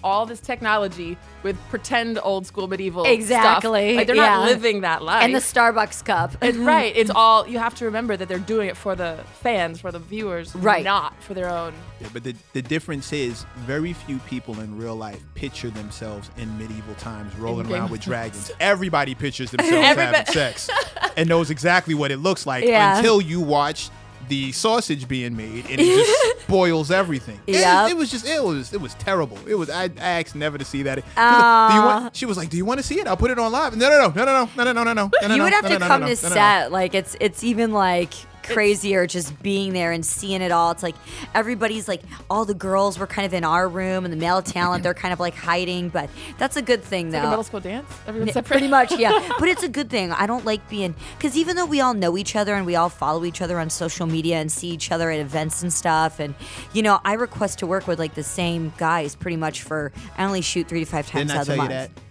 Speaker 3: all this technology with pretend old school medieval stuff.
Speaker 5: Exactly,
Speaker 3: Like they're
Speaker 5: yeah.
Speaker 3: not living that life.
Speaker 5: and the Starbucks cup.
Speaker 3: It's
Speaker 4: Mm-hmm.
Speaker 3: right. It's all you have to remember that they're doing it for the fans, for the viewers,
Speaker 5: Right.
Speaker 3: Not for their own.
Speaker 2: Yeah, but the, the difference is very few people in real life picture themselves in medieval times rolling
Speaker 3: Game
Speaker 2: around
Speaker 3: of
Speaker 2: with dragons. Everybody pictures themselves having
Speaker 3: Everybody-
Speaker 2: sex and knows exactly what it looks like
Speaker 5: Yeah.
Speaker 2: until you watch the sausage being made and it just spoils everything. It-
Speaker 5: Yep.
Speaker 2: It, was just it was it was terrible. It was I, I asked never to see that. She was like, do you want, she was like, "Do you want to see it? I'll put it on live." No, no, no, no, no, no, no, no, no, no. no,
Speaker 4: you would
Speaker 2: no,
Speaker 4: have
Speaker 2: no,
Speaker 4: to
Speaker 2: no, no,
Speaker 4: come
Speaker 2: no,
Speaker 4: to
Speaker 2: no, no, no.
Speaker 4: set. Like it's it's even like crazier just being there and seeing it all. It's like everybody's like all the girls were kind of in our room and the male talent they're kind of like hiding, but that's a good thing
Speaker 3: Like
Speaker 4: though.
Speaker 3: a middle school dance. Everyone's
Speaker 4: Yeah,
Speaker 3: separate.
Speaker 4: pretty much yeah but it's a good thing i don't like being because even though we all know each other and we all follow each other on social media and see each other at events and stuff and you know i request to work with like the same guys pretty much for i only shoot three to five
Speaker 2: Didn't
Speaker 4: times out
Speaker 2: I
Speaker 4: of the
Speaker 2: tell you that?
Speaker 4: month
Speaker 2: Didn't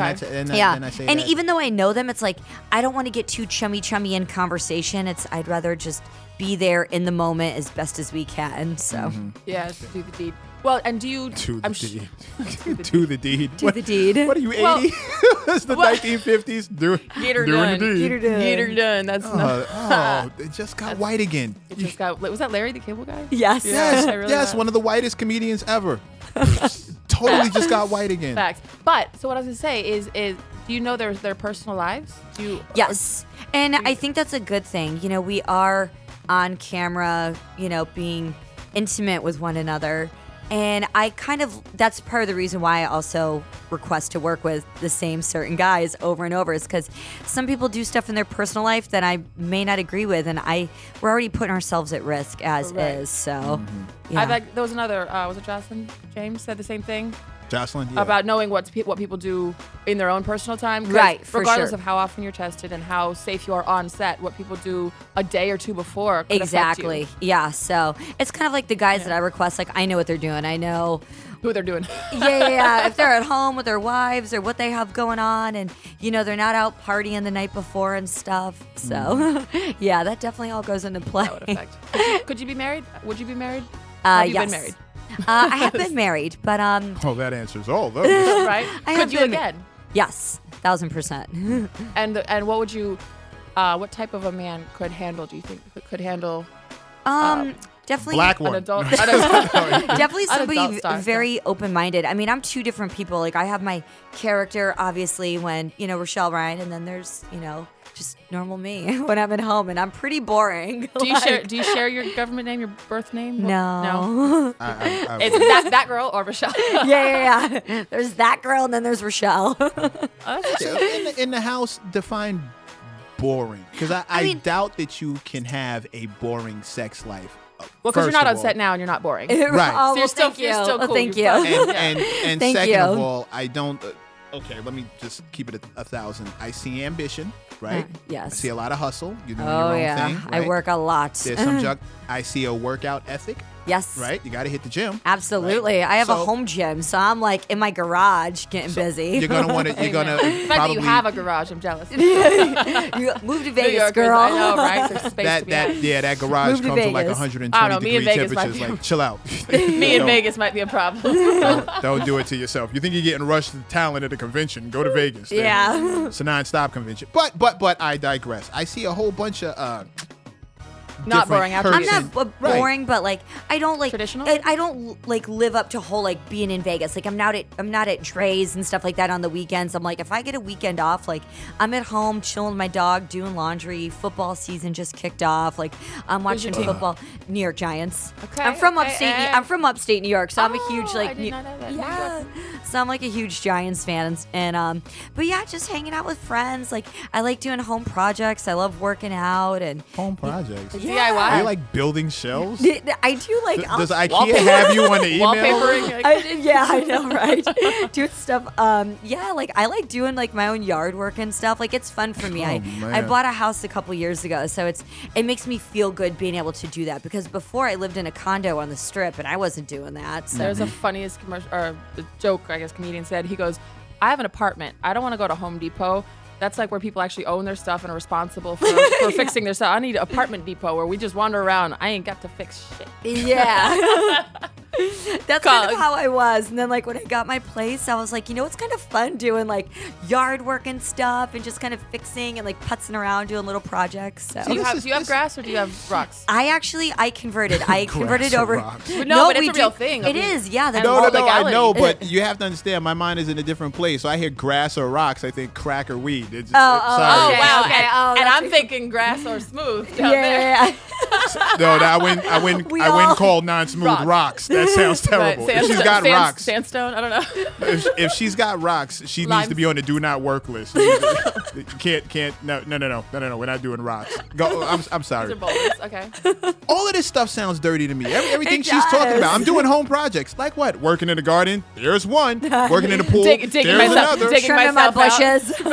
Speaker 2: I
Speaker 3: Okay.
Speaker 2: t- didn't I-
Speaker 4: yeah
Speaker 2: didn't I say
Speaker 4: and
Speaker 2: that?
Speaker 4: even though i know them it's like i don't want to get too chummy chummy in conversation it's i'd rather just be there in the moment as best as we can so
Speaker 2: Mm-hmm.
Speaker 3: Yeah, to do the deed. Well, and do you?
Speaker 2: To the
Speaker 3: I'm sh-
Speaker 2: deed. to the deed.
Speaker 4: do the deed
Speaker 2: What are you, 80?
Speaker 3: Well-
Speaker 2: That's the
Speaker 3: Well-
Speaker 2: 1950s. Do,
Speaker 3: Get her
Speaker 2: doing
Speaker 3: done.
Speaker 2: the deed.
Speaker 5: Get her done.
Speaker 3: Get her done. That's not.
Speaker 2: Uh, oh, it just got white again.
Speaker 3: It just got. Was that Larry the Cable Guy?
Speaker 4: yes
Speaker 2: Yes,
Speaker 3: I really
Speaker 2: yes,
Speaker 3: love-
Speaker 2: one of the whitest comedians ever. totally just got white again.
Speaker 3: Facts. But so what I was gonna say is is do you know their their personal lives? Do you?
Speaker 4: Yes. And I think that's a good thing. You know, we are on camera, you know, being intimate with one another. And I kind of, that's part of the reason why I also request to work with the same certain guys over and over is because some people do stuff in their personal life that I may not agree with. And I, we're already putting ourselves at risk as
Speaker 3: Correct.
Speaker 4: is. So, yeah.
Speaker 3: I like there was another. Uh, was it Jocelyn James said the same thing
Speaker 2: Jocelyn, yeah.
Speaker 3: about knowing what pe- what people do in their own personal time? 'Cause
Speaker 4: Right, for
Speaker 3: Regardless
Speaker 4: sure.
Speaker 3: of how often you're tested and how safe you are on set, what people do a day or two before could affect you.
Speaker 4: exactly. Yeah. So it's kind of like the guys that I request, like, I know what they're doing. I know
Speaker 3: who they're doing.
Speaker 4: yeah, yeah, yeah. If they're at home with their wives or what they have going on, and you know they're not out partying the night before and stuff. So, yeah, that definitely all goes into play.
Speaker 3: Mm. that would affect. Could you, could you be married? Would you be married?
Speaker 4: Uh,
Speaker 3: Have you
Speaker 4: yes.
Speaker 3: been married?
Speaker 4: uh, I have been married, but um,
Speaker 2: Oh, that answers all those.
Speaker 3: Right?
Speaker 4: I have
Speaker 3: could you
Speaker 4: been-
Speaker 3: again?
Speaker 4: yes, thousand percent. Um,
Speaker 3: And and what would you? Uh, what type of a man could handle? Do you think could- could handle
Speaker 4: Um, definitely
Speaker 2: Black
Speaker 3: an
Speaker 2: one.
Speaker 3: adult? an adult
Speaker 4: definitely
Speaker 3: An adult
Speaker 4: somebody
Speaker 3: star,
Speaker 4: very open-minded. I mean, I'm two different people. Like I have my character, obviously, when you know Rochelle Ryan, and then there's you know just normal me when I'm at home, and I'm pretty boring.
Speaker 3: do you
Speaker 4: Like,
Speaker 3: share? Do you share your government name, your birth name? What-
Speaker 4: No.
Speaker 3: no.
Speaker 2: I- I- I-
Speaker 3: It's that, that girl or Rochelle.
Speaker 4: yeah, yeah, yeah. There's that girl, and then there's Rochelle.
Speaker 2: So in, the, in the house, define boring. Because I, I,
Speaker 4: mean-
Speaker 2: doubt that you can have a boring sex life. uh,
Speaker 3: Well, because you're
Speaker 2: first
Speaker 3: not
Speaker 2: of
Speaker 3: on
Speaker 2: all.
Speaker 3: set now and you're not boring.
Speaker 4: oh,
Speaker 2: Right. So
Speaker 4: well,
Speaker 3: you're still-
Speaker 4: thank
Speaker 3: you're
Speaker 4: you.
Speaker 3: still
Speaker 4: Oh,
Speaker 3: cool.
Speaker 4: thank
Speaker 3: You're
Speaker 4: you.
Speaker 2: and
Speaker 3: fine. Yeah.
Speaker 2: and, and
Speaker 4: Thank
Speaker 2: second of
Speaker 4: you.
Speaker 2: all, I don't. Uh, okay, let me just keep it a, a thousand. I see ambition, right?
Speaker 4: Uh, yes.
Speaker 2: I see a lot of hustle. You're doing
Speaker 4: Oh
Speaker 2: your own
Speaker 4: yeah,
Speaker 2: thing.
Speaker 4: I
Speaker 2: right?
Speaker 4: work a lot.
Speaker 2: There's some junk. I see a workout ethic,
Speaker 4: yes,
Speaker 2: right? You got to hit the gym.
Speaker 4: Absolutely. I have a
Speaker 2: So-
Speaker 4: home gym, so I'm like in my garage getting busy.
Speaker 2: You're gonna want to. You're gonna
Speaker 3: the fact
Speaker 2: probably
Speaker 3: that you have a garage, I'm jealous.
Speaker 4: You move to
Speaker 3: New
Speaker 4: Vegas,
Speaker 3: Yorkers,
Speaker 4: girl.
Speaker 3: I know, right? There's space to
Speaker 2: that
Speaker 3: be
Speaker 2: that
Speaker 3: had.
Speaker 2: yeah that garage
Speaker 4: Move to
Speaker 2: comes with like
Speaker 4: Vegas.
Speaker 2: 120
Speaker 3: I don't know, me
Speaker 2: degree
Speaker 3: and Vegas might
Speaker 2: temperatures.
Speaker 3: be-
Speaker 2: Like, chill out.
Speaker 3: Me in
Speaker 2: Don't-
Speaker 3: Vegas might be a problem.
Speaker 2: Don't, don't do it to yourself. You think you're getting rushed to talent at a convention? Go to Vegas. Then
Speaker 4: Yeah.
Speaker 2: It's a non-stop convention. But but but I digress. I see a whole bunch of uh,
Speaker 3: Not
Speaker 2: different
Speaker 3: boring. I
Speaker 4: I'm
Speaker 3: have
Speaker 2: perks
Speaker 3: to
Speaker 4: not
Speaker 2: and-
Speaker 3: get-
Speaker 4: b-
Speaker 2: Right.
Speaker 4: boring, but like I don't like
Speaker 3: Traditional?
Speaker 4: I, I don't like live up to whole like being in Vegas. Like I'm not at I'm not at Dre's and stuff like that on the weekends. I'm like if I get a weekend off, like I'm at home chilling with my dog, doing laundry. Football season just kicked off. Like I'm
Speaker 3: Who's your
Speaker 4: watching
Speaker 3: team?
Speaker 4: football. New York Giants.
Speaker 3: Okay,
Speaker 4: I'm from
Speaker 3: okay,
Speaker 4: upstate. New-
Speaker 3: and-
Speaker 4: I'm from upstate New York, so I'm a huge
Speaker 3: Oh,
Speaker 4: like
Speaker 3: I did
Speaker 4: New-
Speaker 3: not know that. New
Speaker 4: yeah.
Speaker 3: York.
Speaker 4: So I'm like a huge Giants fan, and, and um, but yeah, just hanging out with friends. Like I like doing home projects. I love working out and.
Speaker 2: home projects. Are
Speaker 3: DIY.
Speaker 2: you like building shelves?
Speaker 4: D- d- I do like.
Speaker 2: Does-
Speaker 4: I'll-
Speaker 2: Does IKEA have you on the email?
Speaker 3: Wallpapering. like-
Speaker 4: I, yeah, I know, right? doing stuff. Um, yeah, like I like doing like my own yard work and stuff. Like it's fun for me.
Speaker 2: Oh,
Speaker 4: I I
Speaker 2: man.
Speaker 4: bought a house a couple years ago, so it's it makes me feel good being able to do that because before I lived in a condo on the strip and I wasn't doing that. So
Speaker 3: There's a funniest commercial or the joke I guess comedian said. He goes, "I have an apartment. I don't want to go to Home Depot. That's like where people actually own their stuff and are responsible for, for fixing their Oh, stuff. I need Apartment Depot where we just wander around. I ain't got to fix shit."
Speaker 4: yeah. That's kind
Speaker 3: Cog.
Speaker 4: of how I was. And then like when I got my place, I was like, you know, it's kind of fun doing like yard work and stuff and just kind of fixing and like putzing around doing little projects. So
Speaker 3: Do you
Speaker 2: this
Speaker 3: have
Speaker 2: is-
Speaker 3: do you have
Speaker 2: this-
Speaker 3: grass or do you have rocks?
Speaker 4: I actually I converted. I
Speaker 2: Grass
Speaker 4: converted
Speaker 2: or
Speaker 4: over.
Speaker 2: rocks.
Speaker 3: But no, but it's
Speaker 4: we
Speaker 3: a real
Speaker 4: did-
Speaker 3: thing. I
Speaker 4: It
Speaker 3: mean,
Speaker 4: is, yeah. That's
Speaker 2: No, no,
Speaker 3: All
Speaker 2: no, I
Speaker 3: legality.
Speaker 2: know, but you have to understand. My mind is in a different place. So I hear grass or rocks. I think crack or weed. It's, it's-
Speaker 4: oh,
Speaker 3: Oh
Speaker 2: sorry.
Speaker 4: Okay,
Speaker 3: wow!
Speaker 4: okay.
Speaker 3: And,
Speaker 4: Oh,
Speaker 3: and
Speaker 4: that's-
Speaker 3: I'm thinking grass or smooth
Speaker 4: yeah,
Speaker 3: down there.
Speaker 4: yeah, yeah.
Speaker 2: No, no, I went. I went.
Speaker 4: We
Speaker 2: I went
Speaker 4: all-
Speaker 2: called non-smooth
Speaker 3: Rocks.
Speaker 2: rocks. That sounds terrible.
Speaker 3: Right,
Speaker 2: if she's
Speaker 3: sandstone-
Speaker 2: got
Speaker 3: sand-
Speaker 2: rocks,
Speaker 3: Sandstone. I don't know.
Speaker 2: if, if she's got rocks, she needs to
Speaker 3: Limes.
Speaker 2: be on the do not work list. You can't, can't. No, no, no, no, no, no, no. We're not doing rocks. Go. oh, I'm, I'm sorry.
Speaker 3: They're boulders. Okay.
Speaker 2: All of this stuff sounds dirty to me. Every, everything
Speaker 4: It
Speaker 2: she's talking about.
Speaker 4: does.
Speaker 2: I'm doing home projects. Like what? Working in the garden. There's one. Working in the pool.
Speaker 3: Dig, digging
Speaker 2: there's
Speaker 3: myself,
Speaker 2: another.
Speaker 3: digging
Speaker 4: Trimming my
Speaker 3: myself out.
Speaker 4: bushes.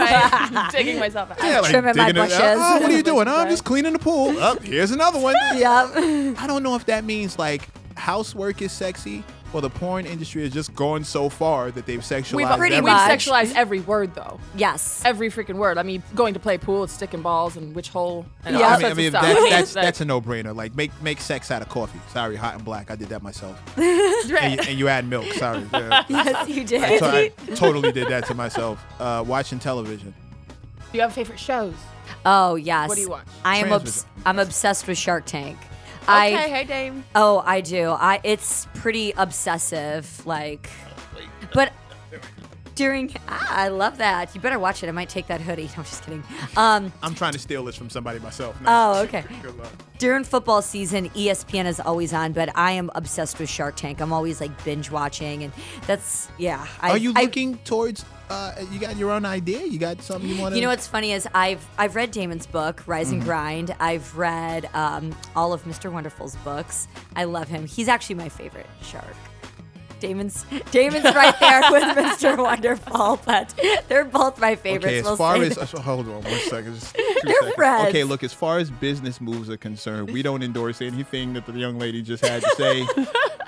Speaker 3: Right. digging myself out.
Speaker 2: Yeah, like
Speaker 4: Trimming my
Speaker 2: digging it out.
Speaker 4: bushes.
Speaker 2: Oh, what are you doing? Oh, I'm
Speaker 3: Right.
Speaker 2: just cleaning the pool. Up here's another one.
Speaker 4: Yep.
Speaker 2: I don't know if that means like housework is sexy or the porn industry is just going so far that they've sexualized
Speaker 3: We've,
Speaker 4: pretty
Speaker 3: we've
Speaker 2: everything.
Speaker 4: much.
Speaker 3: sexualized every word though.
Speaker 4: Yes.
Speaker 3: Every freaking word. I mean, going to play pool, it's sticking balls, and which hole, and
Speaker 4: Yeah.
Speaker 3: all
Speaker 2: I
Speaker 3: sorts
Speaker 2: mean, I mean
Speaker 3: of
Speaker 2: if
Speaker 3: stuff.
Speaker 2: that, that's
Speaker 3: Like,
Speaker 2: that's a no-brainer. Like make make sex out of coffee. Sorry, hot and black. I did that myself. And you,
Speaker 3: right.
Speaker 2: and you add milk. Sorry. Yeah.
Speaker 4: Yes, you did.
Speaker 2: So I totally did that to myself. Uh, watching television.
Speaker 3: Do you have favorite shows?
Speaker 4: Oh yes.
Speaker 3: What do you watch?
Speaker 4: I am
Speaker 2: Transmitter.
Speaker 4: obs- I'm obsessed with Shark Tank.
Speaker 3: okay,
Speaker 4: I
Speaker 3: hey Dame.
Speaker 4: oh I do. I it's pretty obsessive. Like, but during ah, I love that. You better watch it. I might take that hoodie. No, I'm just kidding. Um,
Speaker 2: I'm trying to steal this from somebody myself. No.
Speaker 4: oh okay.
Speaker 2: Good luck.
Speaker 4: During football season, E ESPN is always on, but I am obsessed with Shark Tank. I'm always like binge watching, and that's yeah. I,
Speaker 2: Are you
Speaker 4: I-
Speaker 2: looking towards? Uh, you got your own idea. You got something you want to.
Speaker 4: You know what's funny is I've I've read Damon's book Rise and
Speaker 2: Mm-hmm.
Speaker 4: Grind. I've read um, all of Mr. Wonderful's books. I love him. He's actually my favorite shark. Damon's Damon's right there with Mr. Wonderful, but they're both my favorites.
Speaker 2: Okay, as
Speaker 4: we'll
Speaker 2: far
Speaker 4: say
Speaker 2: as
Speaker 4: that.
Speaker 2: uh, hold on one second, just two seconds.
Speaker 4: friends.
Speaker 2: Okay, look, as far as business moves are concerned, we don't endorse anything that the young lady just had to say.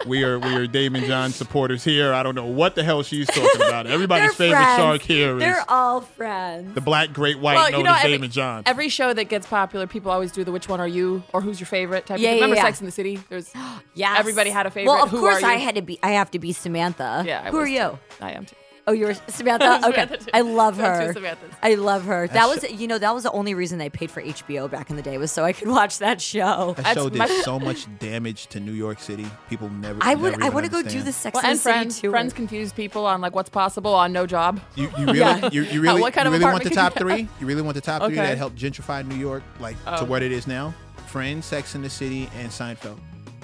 Speaker 2: we are we are Damon John supporters here. I don't know what the hell she's talking about. Everybody's
Speaker 4: They're
Speaker 2: favorite
Speaker 4: friends.
Speaker 2: shark here is
Speaker 4: they're all friends.
Speaker 2: the black great white
Speaker 3: Well,
Speaker 2: known
Speaker 3: you know,
Speaker 2: as
Speaker 3: every,
Speaker 2: Damon John.
Speaker 3: every show that gets popular, people always do the "Which one are you?" or "Who's your favorite?" type. of
Speaker 4: Yeah, yeah,
Speaker 3: thing. Remember
Speaker 4: yeah.
Speaker 3: Sex in the City? There's
Speaker 4: Yes.
Speaker 3: everybody had a
Speaker 4: Well,
Speaker 3: favorite.
Speaker 4: of
Speaker 3: Who
Speaker 4: course
Speaker 3: are
Speaker 4: I
Speaker 3: you?
Speaker 4: had to be. I have to be Samantha.
Speaker 3: yeah. I
Speaker 4: Who
Speaker 3: was
Speaker 4: are you?
Speaker 3: too. I am too.
Speaker 4: Oh, you were Samantha.
Speaker 3: Samantha
Speaker 4: okay,
Speaker 3: too.
Speaker 4: I love
Speaker 3: That's
Speaker 4: her.
Speaker 3: who Samantha's.
Speaker 4: I love her. That,
Speaker 2: That
Speaker 4: was, you know, that was the only reason I paid for HBO back in the day was so I could watch that show.
Speaker 2: that
Speaker 3: that's
Speaker 2: show did
Speaker 3: my-
Speaker 2: so much damage to New York City. People never.
Speaker 4: I would,
Speaker 2: never
Speaker 4: I
Speaker 2: even
Speaker 4: want to go do
Speaker 2: understand.
Speaker 4: the Sex
Speaker 3: Well,
Speaker 4: and
Speaker 3: and
Speaker 4: the City
Speaker 3: friends,
Speaker 4: tour.
Speaker 3: friends confuse people on like what's possible on no job.
Speaker 2: You, you really,
Speaker 4: Yeah.
Speaker 2: you, you really,
Speaker 3: what kind
Speaker 2: you
Speaker 3: of
Speaker 2: really want the top
Speaker 3: apartment can
Speaker 2: three? You really want the top three
Speaker 3: Okay.
Speaker 2: that helped gentrify New York, like to
Speaker 3: Oh.
Speaker 2: what it is now? Friends, Sex in the City, and Seinfeld.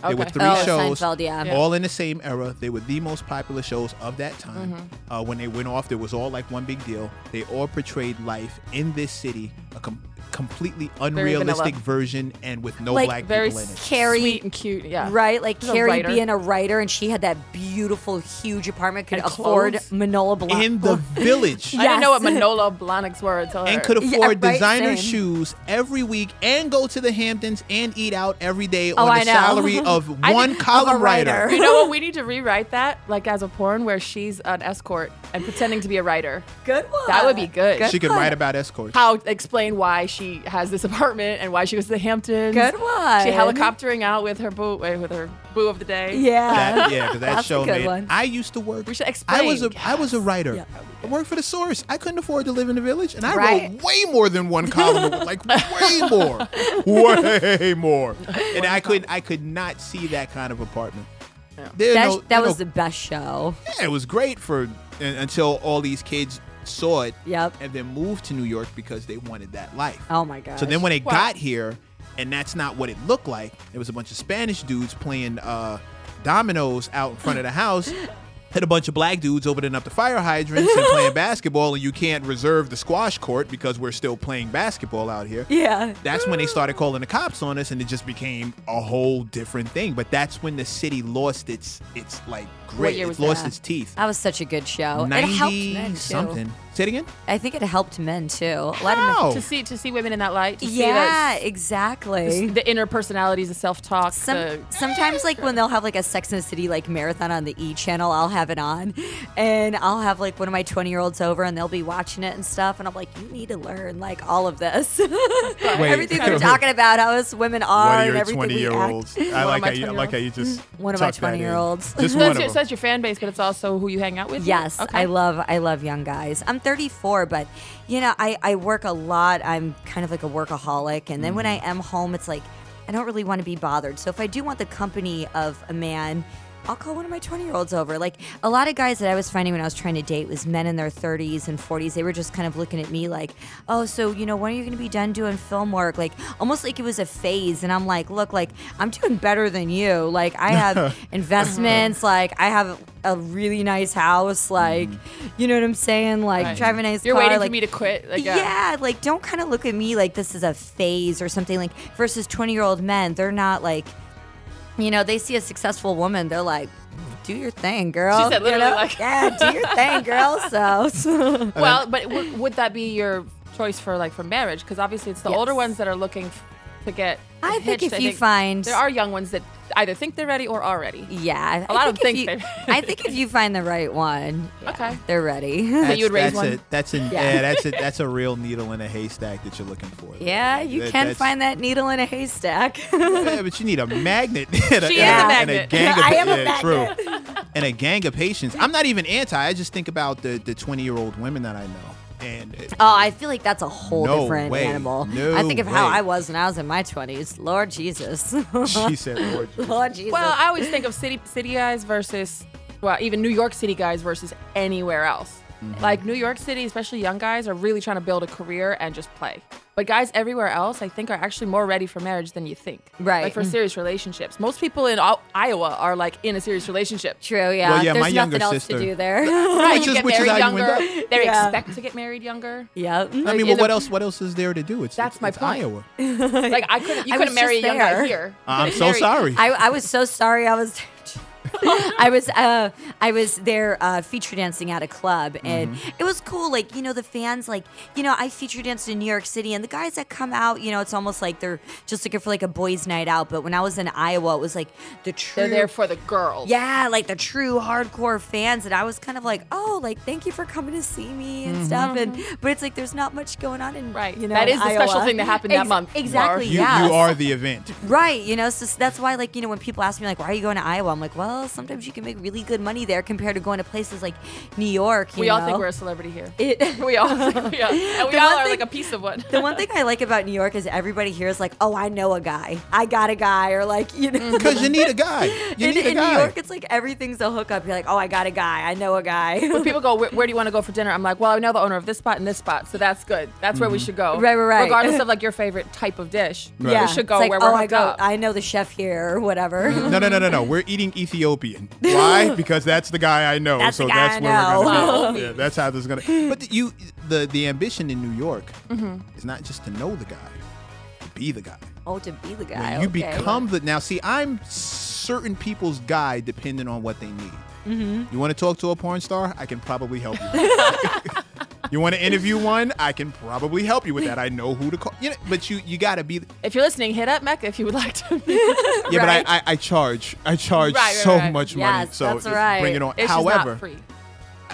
Speaker 2: They were
Speaker 3: Okay.
Speaker 2: three
Speaker 4: Oh,
Speaker 2: shows,
Speaker 4: Seinfeld, yeah. Yeah.
Speaker 2: all in the same era. They were the most popular shows of that time.
Speaker 3: Mm-hmm.
Speaker 2: Uh, when they went off, there was all like one big deal. They all portrayed life in this city, a com- completely unrealistic
Speaker 3: vanilla.
Speaker 2: version, and with no
Speaker 4: Like,
Speaker 2: black
Speaker 3: Very
Speaker 2: people in it.
Speaker 4: Carrie-
Speaker 3: sweet and cute. Yeah.
Speaker 4: Right, like
Speaker 3: She's a
Speaker 4: Carrie
Speaker 3: writer.
Speaker 4: being a writer, and she had that beautiful, huge apartment, could
Speaker 3: And
Speaker 4: afford
Speaker 3: clothes.
Speaker 4: Manola Blahnik.
Speaker 2: In the village.
Speaker 3: I didn't know what
Speaker 4: Yes.
Speaker 3: Manolo Blahniks were until
Speaker 2: and
Speaker 3: her.
Speaker 2: could
Speaker 4: Yeah,
Speaker 2: afford
Speaker 4: right,
Speaker 2: designer
Speaker 4: same.
Speaker 2: shoes every week and go to the Hamptons and eat out every day on
Speaker 4: Oh, I
Speaker 2: the
Speaker 4: know.
Speaker 2: salary of
Speaker 4: I
Speaker 2: one
Speaker 4: did- of a
Speaker 2: column writer.
Speaker 4: writer.
Speaker 3: You know what? We need to rewrite that, like as a porn, where she's an escort and pretending to be a writer.
Speaker 4: good one.
Speaker 3: That would be good.
Speaker 2: She could write about escorts.
Speaker 3: How explain why she has this apartment and why she goes to the Hamptons?
Speaker 4: Good
Speaker 3: She
Speaker 4: one.
Speaker 3: helicoptering out with her boo eh, with her boo of the day.
Speaker 4: Yeah.
Speaker 2: That, yeah, 'cause that
Speaker 4: That's a
Speaker 2: show
Speaker 4: good
Speaker 2: made.
Speaker 4: one.
Speaker 2: I used to work.
Speaker 3: We should
Speaker 2: I was a
Speaker 3: explain.
Speaker 2: I was a writer.
Speaker 4: Yeah.
Speaker 2: I worked for the Source. I couldn't afford to live in the village, and I
Speaker 4: Right.
Speaker 2: wrote way more than one column, a week, like way more, way more. And I could I could not see that kind of apartment. There
Speaker 4: that,
Speaker 2: no-
Speaker 4: that
Speaker 2: there
Speaker 4: was
Speaker 2: no
Speaker 4: the best show.
Speaker 2: Yeah, it was great for un until all these kids saw it.
Speaker 4: Yep.
Speaker 2: And then moved to New York because they wanted that life.
Speaker 4: Oh my god.
Speaker 2: So then when they
Speaker 3: Wow.
Speaker 2: got here, and that's not what it looked like. It was a bunch of Spanish dudes playing uh, dominoes out in front of the house. And a bunch of black dudes opening up the fire hydrants and playing basketball, and you can't reserve the squash court because we're still playing basketball out here.
Speaker 4: yeah,
Speaker 2: That's when they started calling the cops on us, and it just became a whole different thing. But that's when the city lost its its like grit,
Speaker 3: year
Speaker 2: it
Speaker 3: was
Speaker 2: lost
Speaker 4: that?
Speaker 2: its teeth.
Speaker 4: that was such a good show. It helped
Speaker 2: Ninety
Speaker 4: men too.
Speaker 2: something, Say it again.
Speaker 4: I think it helped men too. A lot of men.
Speaker 2: How?
Speaker 3: to see to see women in that light. To
Speaker 4: Yeah,
Speaker 3: see
Speaker 4: exactly.
Speaker 3: that, the inner personalities, the self talk.
Speaker 4: Some, sometimes, like when they'll have like a Sex and the City like marathon on the E channel, I'll have it on, and I'll have like one of my twenty year olds over, and they'll be watching it and stuff, and I'm like, you need to learn like all of this, everything we're talking about, how us women are,
Speaker 2: One of
Speaker 4: and
Speaker 2: your
Speaker 4: everything we act.
Speaker 2: twenty-year-olds. I like
Speaker 3: my
Speaker 2: how you. I like how you just.
Speaker 4: One of my
Speaker 2: tucked that in.
Speaker 4: 20-year-olds.
Speaker 2: Just
Speaker 3: so
Speaker 2: one
Speaker 3: that's,
Speaker 2: of
Speaker 3: your,
Speaker 2: them.
Speaker 3: so that's your fan base, but it's also who you hang out with.
Speaker 4: Yes,
Speaker 3: Okay.
Speaker 4: I love I love young guys. I'm 34, but you know, I I work a lot. I'm kind of like a workaholic, and then when I am home, it's like I don't really want to be bothered. So if I do want the company of a man, I'll call one of my 20 year olds over. Like a lot of guys that I was finding when I was trying to date was men in their 30s and 40s. They were just kind of looking at me like, oh, so you know, when are you going to be done doing film work? Like almost like it was a phase. And I'm like, look, like I'm doing better than you. Like I have investments.
Speaker 3: Uh-huh.
Speaker 4: like I have a really nice house. Like, you know what I'm saying? Like
Speaker 3: Right.
Speaker 4: drive a nice
Speaker 3: You're
Speaker 4: car.
Speaker 3: waiting
Speaker 4: like, uh,
Speaker 3: for me to quit. Like, yeah.
Speaker 4: yeah. like don't kind of look at me like this is a phase or something. Like versus twenty year old men, they're not like, you know, they see a successful woman, they're like, do your thing, girl.
Speaker 3: said
Speaker 4: You
Speaker 3: literally
Speaker 4: know?
Speaker 3: like-
Speaker 4: yeah, do your thing, girl. So, so-
Speaker 3: Well, but w- would that be your choice for like for marriage? Because obviously it's the older
Speaker 4: Yes.
Speaker 3: ones that are looking f- to get.
Speaker 4: I think
Speaker 3: hitched.
Speaker 4: if you find-
Speaker 3: there are young ones that either think they're ready or are ready.
Speaker 4: yeah, I-
Speaker 3: A lot
Speaker 4: I
Speaker 3: of
Speaker 4: think
Speaker 3: things
Speaker 4: if
Speaker 3: they-
Speaker 4: You, I think if you find the right one, yeah,
Speaker 3: Okay.
Speaker 4: they're ready.
Speaker 2: That's,
Speaker 3: you would raise
Speaker 2: that's
Speaker 3: one?
Speaker 2: A, that's a, yeah.
Speaker 4: Yeah.
Speaker 2: that's a that's a real needle in a haystack that you're looking for.
Speaker 4: yeah, you
Speaker 2: That-
Speaker 4: can
Speaker 2: that's-
Speaker 4: find that needle in a haystack.
Speaker 2: Yeah, but you need a magnet. and a,
Speaker 3: She is a
Speaker 2: and
Speaker 3: magnet.
Speaker 2: gang of,
Speaker 4: I am a
Speaker 2: yeah, True. And a gang of patients. I'm not even anti. I just think about the the 20 year old women that I know. And it-
Speaker 4: Oh, I feel like that's a whole
Speaker 2: No
Speaker 4: different
Speaker 2: way.
Speaker 4: animal.
Speaker 2: No
Speaker 4: I think of how
Speaker 2: way.
Speaker 4: I was when I was in my 20s. Lord Jesus. Oh.
Speaker 2: she said, Lord, Jesus."
Speaker 4: Lord Jesus.
Speaker 3: Well, I always think of city city guys versus well, even New York City guys versus anywhere else. Like New York City, especially young guys, are really trying to build a career and just play. But guys everywhere else, I think, are actually more ready for marriage than you think.
Speaker 4: Right. Mm-hmm.
Speaker 3: Like for serious relationships. Most people in I- Iowa are like in a serious relationship.
Speaker 4: True, yeah.
Speaker 2: Well, yeah,
Speaker 4: There's
Speaker 2: my younger
Speaker 4: nothing else
Speaker 2: sister-
Speaker 4: to do there.
Speaker 3: Right.
Speaker 2: Which
Speaker 3: you
Speaker 2: is-
Speaker 3: get
Speaker 2: which is
Speaker 3: married
Speaker 2: how you end
Speaker 3: younger. They
Speaker 4: Yeah.
Speaker 3: expect to get married younger.
Speaker 4: yep.
Speaker 2: I mean,
Speaker 3: in
Speaker 2: well,
Speaker 3: the-
Speaker 2: what else? What else is there to do? It's
Speaker 3: That's
Speaker 2: it's-
Speaker 3: my
Speaker 2: it's
Speaker 3: point.
Speaker 2: Iowa.
Speaker 3: Like I couldn't. You
Speaker 4: I was
Speaker 3: couldn't marry a
Speaker 4: just
Speaker 3: young guy
Speaker 4: there.
Speaker 3: here.
Speaker 2: I'm so
Speaker 3: Married.
Speaker 2: sorry.
Speaker 4: I, I was so sorry. I was. I was uh, I was there uh, feature dancing at a club and
Speaker 2: Mm-hmm.
Speaker 4: it was cool like you know the fans like you know I feature danced in New York City and the guys that come out you know it's almost like they're just looking for like a boys night out but when I was in Iowa it was like the true
Speaker 3: They're there for the girls.
Speaker 4: yeah like the true hardcore fans and I was kind of like oh like thank you for coming to see me
Speaker 2: Mm-hmm.
Speaker 4: and stuff and but it's like there's not much going on in
Speaker 3: Mm-hmm. Right.
Speaker 4: you know
Speaker 3: That
Speaker 4: in
Speaker 3: is the special
Speaker 4: Iowa.
Speaker 3: thing that happened that month, Barb.
Speaker 4: exactly
Speaker 2: you,
Speaker 4: yeah
Speaker 2: you are the event.
Speaker 4: Right, you know, so s- that's why, like, you know, when people ask me, like, why are you going to Iowa? I'm like, well, sometimes you can make really good money there compared to going to places like New York. You
Speaker 3: We all think
Speaker 4: know?
Speaker 3: we're a celebrity here.
Speaker 4: It-
Speaker 3: we all think we are. And we
Speaker 4: The
Speaker 3: all
Speaker 4: one
Speaker 3: are
Speaker 4: thing-
Speaker 3: like a piece of one.
Speaker 4: the one thing I like about New York is everybody here is like, oh, I know a guy, I got a guy, or like, you know,
Speaker 2: Because you need a guy. Mm-hmm. You
Speaker 4: in,
Speaker 2: need a
Speaker 4: in
Speaker 2: guy.
Speaker 4: New York, it's like everything's a hookup. You're like, oh, I got a guy, I know a guy.
Speaker 3: when people go, where, where do you want to go for dinner? I'm like, well, I know the owner of this spot and this spot, so that's good. That's
Speaker 2: Mm-hmm.
Speaker 3: where we should go.
Speaker 4: Right, right, right.
Speaker 3: Regardless of like your favorite type of dish,
Speaker 4: yeah,
Speaker 3: we should go
Speaker 4: it's like,
Speaker 3: where
Speaker 4: oh,
Speaker 3: we're
Speaker 4: I
Speaker 3: hooked
Speaker 4: go,
Speaker 3: up. Mm-hmm.
Speaker 4: I know the chef here or whatever.
Speaker 2: No, no, no, no, no. We're eating Ethiopian. Why? Because that's the guy I know.
Speaker 4: That's the
Speaker 2: so
Speaker 4: guy
Speaker 2: that's
Speaker 4: I
Speaker 2: where
Speaker 4: know.
Speaker 2: we're gonna
Speaker 3: Wow.
Speaker 2: go. Yeah, that's how this is gonna. But the, you, the the ambition in New York
Speaker 4: Mm-hmm.
Speaker 2: is not just to know the guy, to be the guy.
Speaker 4: oh, to be the guy,
Speaker 2: When you
Speaker 4: okay.
Speaker 2: become the now. See, I'm certain people's guy depending on what they need.
Speaker 4: Mm-hmm.
Speaker 2: You want to talk to a porn star? I can probably help you. you want to interview one? I can probably help you with that. I know who to call. You know, but you you gotta be.
Speaker 3: if you're listening, hit up Mecca if you would like to.
Speaker 2: Yeah,
Speaker 4: Right.
Speaker 2: but I, I I charge I charge
Speaker 3: Right, right,
Speaker 2: so
Speaker 3: right.
Speaker 2: much money.
Speaker 4: Yes,
Speaker 2: So
Speaker 4: that's
Speaker 2: just
Speaker 4: right.
Speaker 2: bring it on.
Speaker 3: It's
Speaker 2: However,
Speaker 3: just not free.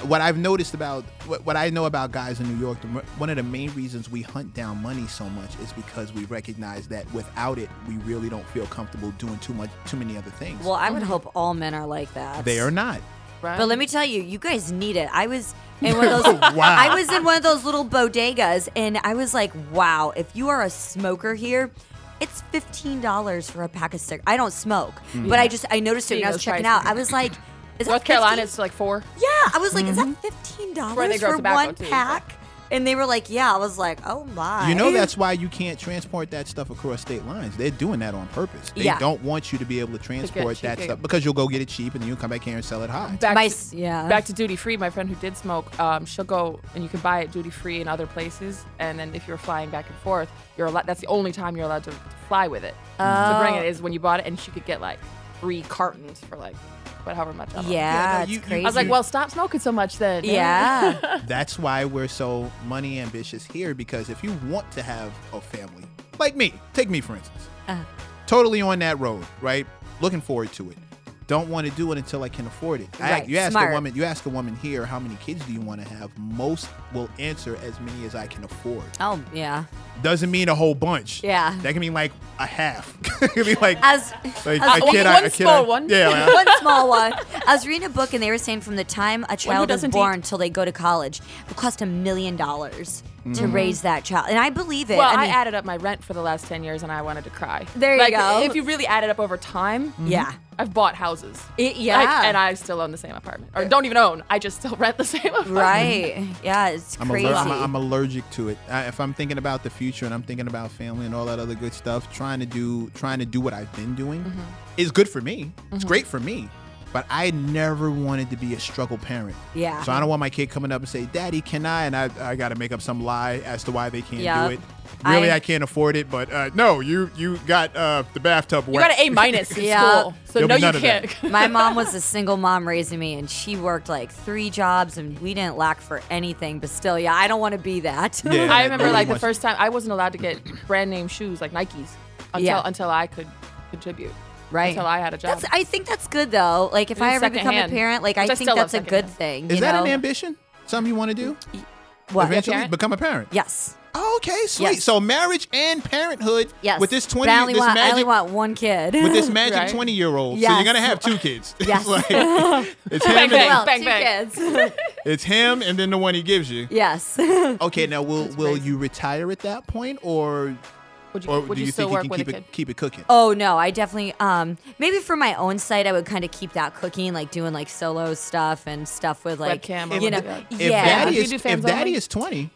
Speaker 2: what I've noticed about what, what I know about guys in New York, the, m- one of the main reasons we hunt down money so much is because we recognize that without it, we really don't feel comfortable doing too much, too many other things.
Speaker 4: well, I would hope all men are like that.
Speaker 2: they are not.
Speaker 3: Right?
Speaker 4: But let me tell you, you guys need it. I was in one of those.
Speaker 2: Wow.
Speaker 4: I was in one of those little bodegas, and I was like, "Wow, if you are a smoker here." It's fifteen dollars for a pack of cigarettes. I don't smoke, but I just I noticed it
Speaker 3: Seeing
Speaker 4: when I was
Speaker 3: Mm-hmm. those
Speaker 4: checking
Speaker 3: prices.
Speaker 4: out. I was like, is that
Speaker 3: North Carolina,
Speaker 4: 15?
Speaker 3: it's like four.
Speaker 4: Yeah, I was like, is that fifteen
Speaker 3: Where they
Speaker 4: dollars
Speaker 3: grow
Speaker 4: for
Speaker 3: tobacco,
Speaker 4: one
Speaker 3: too, but-
Speaker 4: pack? And they were like, yeah. I was like, oh my.
Speaker 2: You know that's why you can't transport that stuff across state lines. They're doing that on purpose. They
Speaker 4: Yeah.
Speaker 2: don't want you to be able to transport that
Speaker 3: cheap.
Speaker 2: stuff because you'll go get it cheap and then you'll come back here and sell it high.
Speaker 3: Back
Speaker 4: My
Speaker 3: to-
Speaker 4: s- yeah.
Speaker 3: Back to duty free. My friend who did smoke, um, she'll go and you can buy it duty free in other places. And then if you're flying back and forth, you're allowed. That's the only time you're
Speaker 4: Oh.
Speaker 3: allowed to fly with it. To bring it is when you bought it, and she could get like three cartons for like but however much. I don't know.
Speaker 4: Yeah,
Speaker 2: no,
Speaker 4: it's
Speaker 2: you- you-
Speaker 4: crazy.
Speaker 3: I was like, well, stop smoking so much then.
Speaker 4: yeah,
Speaker 2: That's why we're so money ambitious here because if you want to have a family, like me, take me for instance,
Speaker 4: Uh-huh.
Speaker 2: totally on that road, right? Looking forward to it. Don't want to do it until I can afford it. I-
Speaker 4: Right,
Speaker 2: you ask
Speaker 4: smart.
Speaker 2: a woman, you ask a woman here, how many kids do you want to have? Most will answer as many as I can afford.
Speaker 4: oh yeah.
Speaker 2: Doesn't mean a whole bunch.
Speaker 4: Yeah.
Speaker 2: that can mean like a half. it can be like
Speaker 4: As
Speaker 2: like
Speaker 4: as
Speaker 2: a
Speaker 3: one-
Speaker 2: kid, I-
Speaker 3: one
Speaker 2: a kid, I-
Speaker 3: small one.
Speaker 2: Yeah, like,
Speaker 4: one small one. I was reading a book and they were saying from the time a child is
Speaker 3: doesn't
Speaker 4: born
Speaker 3: eat.
Speaker 4: till they go to college, it cost a million dollars to raise that child, and I believe it.
Speaker 3: Mm-hmm. Well,
Speaker 4: I
Speaker 3: I,
Speaker 4: mean,
Speaker 3: added up my rent for the last 10 years and I wanted to cry.
Speaker 4: There you
Speaker 3: like,
Speaker 4: go.
Speaker 3: If you really add it up over time,
Speaker 4: yeah,
Speaker 3: I've bought houses.
Speaker 4: It-
Speaker 3: Like,
Speaker 4: yeah.
Speaker 3: and I still own the same apartment. Or don't even own. I just still rent the same apartment.
Speaker 4: right, yeah, it's
Speaker 2: I'm,
Speaker 4: crazy.
Speaker 2: aller- I'm, I'm allergic to it. I, if I'm thinking about the future and I'm thinking about family and all that other good stuff, trying to do trying to do what I've been doing
Speaker 4: Mm-hmm.
Speaker 2: is good for me. It's great for me. But I never wanted to be a struggle parent.
Speaker 4: Yeah.
Speaker 2: So I don't want my kid coming up and say, "Daddy, can I?" And I, I got to make up some lie as to why they can't
Speaker 4: Yup.
Speaker 2: do it. Really,
Speaker 4: I-
Speaker 2: I, can't afford it. But uh, no, you you got uh, the bathtub.
Speaker 3: You got an A minus in
Speaker 4: Yeah.
Speaker 3: school. So
Speaker 2: There'll
Speaker 3: no,
Speaker 2: be none
Speaker 3: you
Speaker 2: of that.
Speaker 3: can't.
Speaker 4: My mom was a single mom raising me, and she worked like three jobs, and we didn't lack for anything. But still, yeah, I don't want to be that.
Speaker 2: Yeah.
Speaker 3: I remember
Speaker 2: nobody
Speaker 3: like the
Speaker 2: wants-
Speaker 3: first time I wasn't allowed to get brand name shoes like Nikes until
Speaker 4: Yeah.
Speaker 3: until I could contribute.
Speaker 4: Right.
Speaker 3: Until I had a job.
Speaker 4: That's, I think that's good though. Like if
Speaker 3: It is
Speaker 4: I ever become
Speaker 3: secondhand,
Speaker 4: a parent, like I
Speaker 3: which I
Speaker 4: think
Speaker 3: still love
Speaker 4: that's a good thing.
Speaker 2: Is
Speaker 4: you
Speaker 2: that
Speaker 4: know?
Speaker 2: an ambition? Something you want to do?
Speaker 4: What?
Speaker 2: Eventually,
Speaker 3: parent?
Speaker 2: become a parent.
Speaker 4: Yes.
Speaker 2: Oh, Okay, sweet.
Speaker 4: Yes.
Speaker 2: So marriage and parenthood.
Speaker 4: Yes.
Speaker 2: With this
Speaker 4: But
Speaker 2: twenty,
Speaker 4: I only
Speaker 2: this
Speaker 4: want, I only
Speaker 2: magic,
Speaker 4: want one kid.
Speaker 2: with this magic
Speaker 3: Right.
Speaker 2: twenty year old. So
Speaker 4: Yes.
Speaker 2: you're gonna have two kids.
Speaker 4: Yes.
Speaker 2: it's like, it's him.
Speaker 3: Bang,
Speaker 2: and
Speaker 3: bang.
Speaker 2: then,
Speaker 4: well,
Speaker 3: bang,
Speaker 4: two
Speaker 3: bang.
Speaker 4: kids.
Speaker 2: it's him, and then the one he gives you.
Speaker 4: yes.
Speaker 2: Okay, now will will
Speaker 3: crazy.
Speaker 2: you retire at that point, or
Speaker 3: would you,
Speaker 2: or
Speaker 3: would
Speaker 2: do
Speaker 3: you,
Speaker 2: you,
Speaker 3: still
Speaker 2: think
Speaker 3: work
Speaker 2: you can keep
Speaker 3: with a
Speaker 2: it
Speaker 3: kid?
Speaker 2: keep it cooking?
Speaker 4: Oh no, I definitely um maybe for my own site I would kind of keep that cooking, like doing like solo stuff and stuff with like
Speaker 3: Webcam or
Speaker 4: you know,
Speaker 3: whatever, yeah.
Speaker 2: If
Speaker 4: yeah.
Speaker 2: daddy
Speaker 3: Do you
Speaker 2: is
Speaker 3: do
Speaker 2: if
Speaker 3: fans
Speaker 2: daddy
Speaker 3: only?
Speaker 2: is twenty,
Speaker 3: Do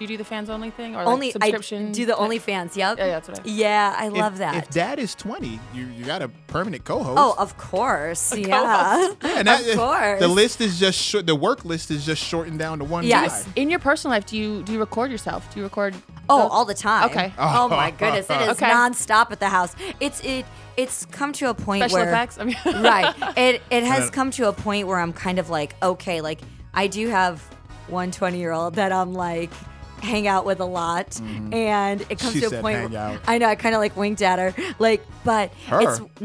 Speaker 3: you do the fans only thing or
Speaker 4: only
Speaker 3: like
Speaker 4: I
Speaker 3: subscription?
Speaker 4: do the OnlyFans. Yep.
Speaker 3: Yeah, yeah, that's what I-
Speaker 4: Yeah, I love
Speaker 2: if,
Speaker 4: that.
Speaker 2: If dad is twenty, you you got a permanent co-host.
Speaker 4: oh, of course. Yeah.
Speaker 3: co-host.
Speaker 2: and
Speaker 4: of
Speaker 2: that- uh,
Speaker 4: course.
Speaker 2: The list is just short. The work list is just shortened down to one.
Speaker 4: Yes.
Speaker 2: guy.
Speaker 3: In your personal life, do you do you record yourself? Do you record?
Speaker 4: Oh,
Speaker 3: those-
Speaker 4: all the time.
Speaker 3: Okay.
Speaker 4: Oh my goodness, it is
Speaker 3: Okay.
Speaker 4: nonstop at the house. It's it it's come to a point
Speaker 3: special
Speaker 4: where
Speaker 3: effects. I mean,
Speaker 4: right. It it has
Speaker 2: Uh,
Speaker 4: come to a point where I'm kind of like, okay, like I do have one 20 year old that I'm like hang out with a lot and it
Speaker 2: Mm-hmm.
Speaker 4: comes
Speaker 2: She
Speaker 4: to a
Speaker 2: said
Speaker 4: point
Speaker 2: hang
Speaker 4: where-
Speaker 2: out.
Speaker 4: I know I kind of like winked at her like but
Speaker 2: Her?
Speaker 4: it's
Speaker 3: At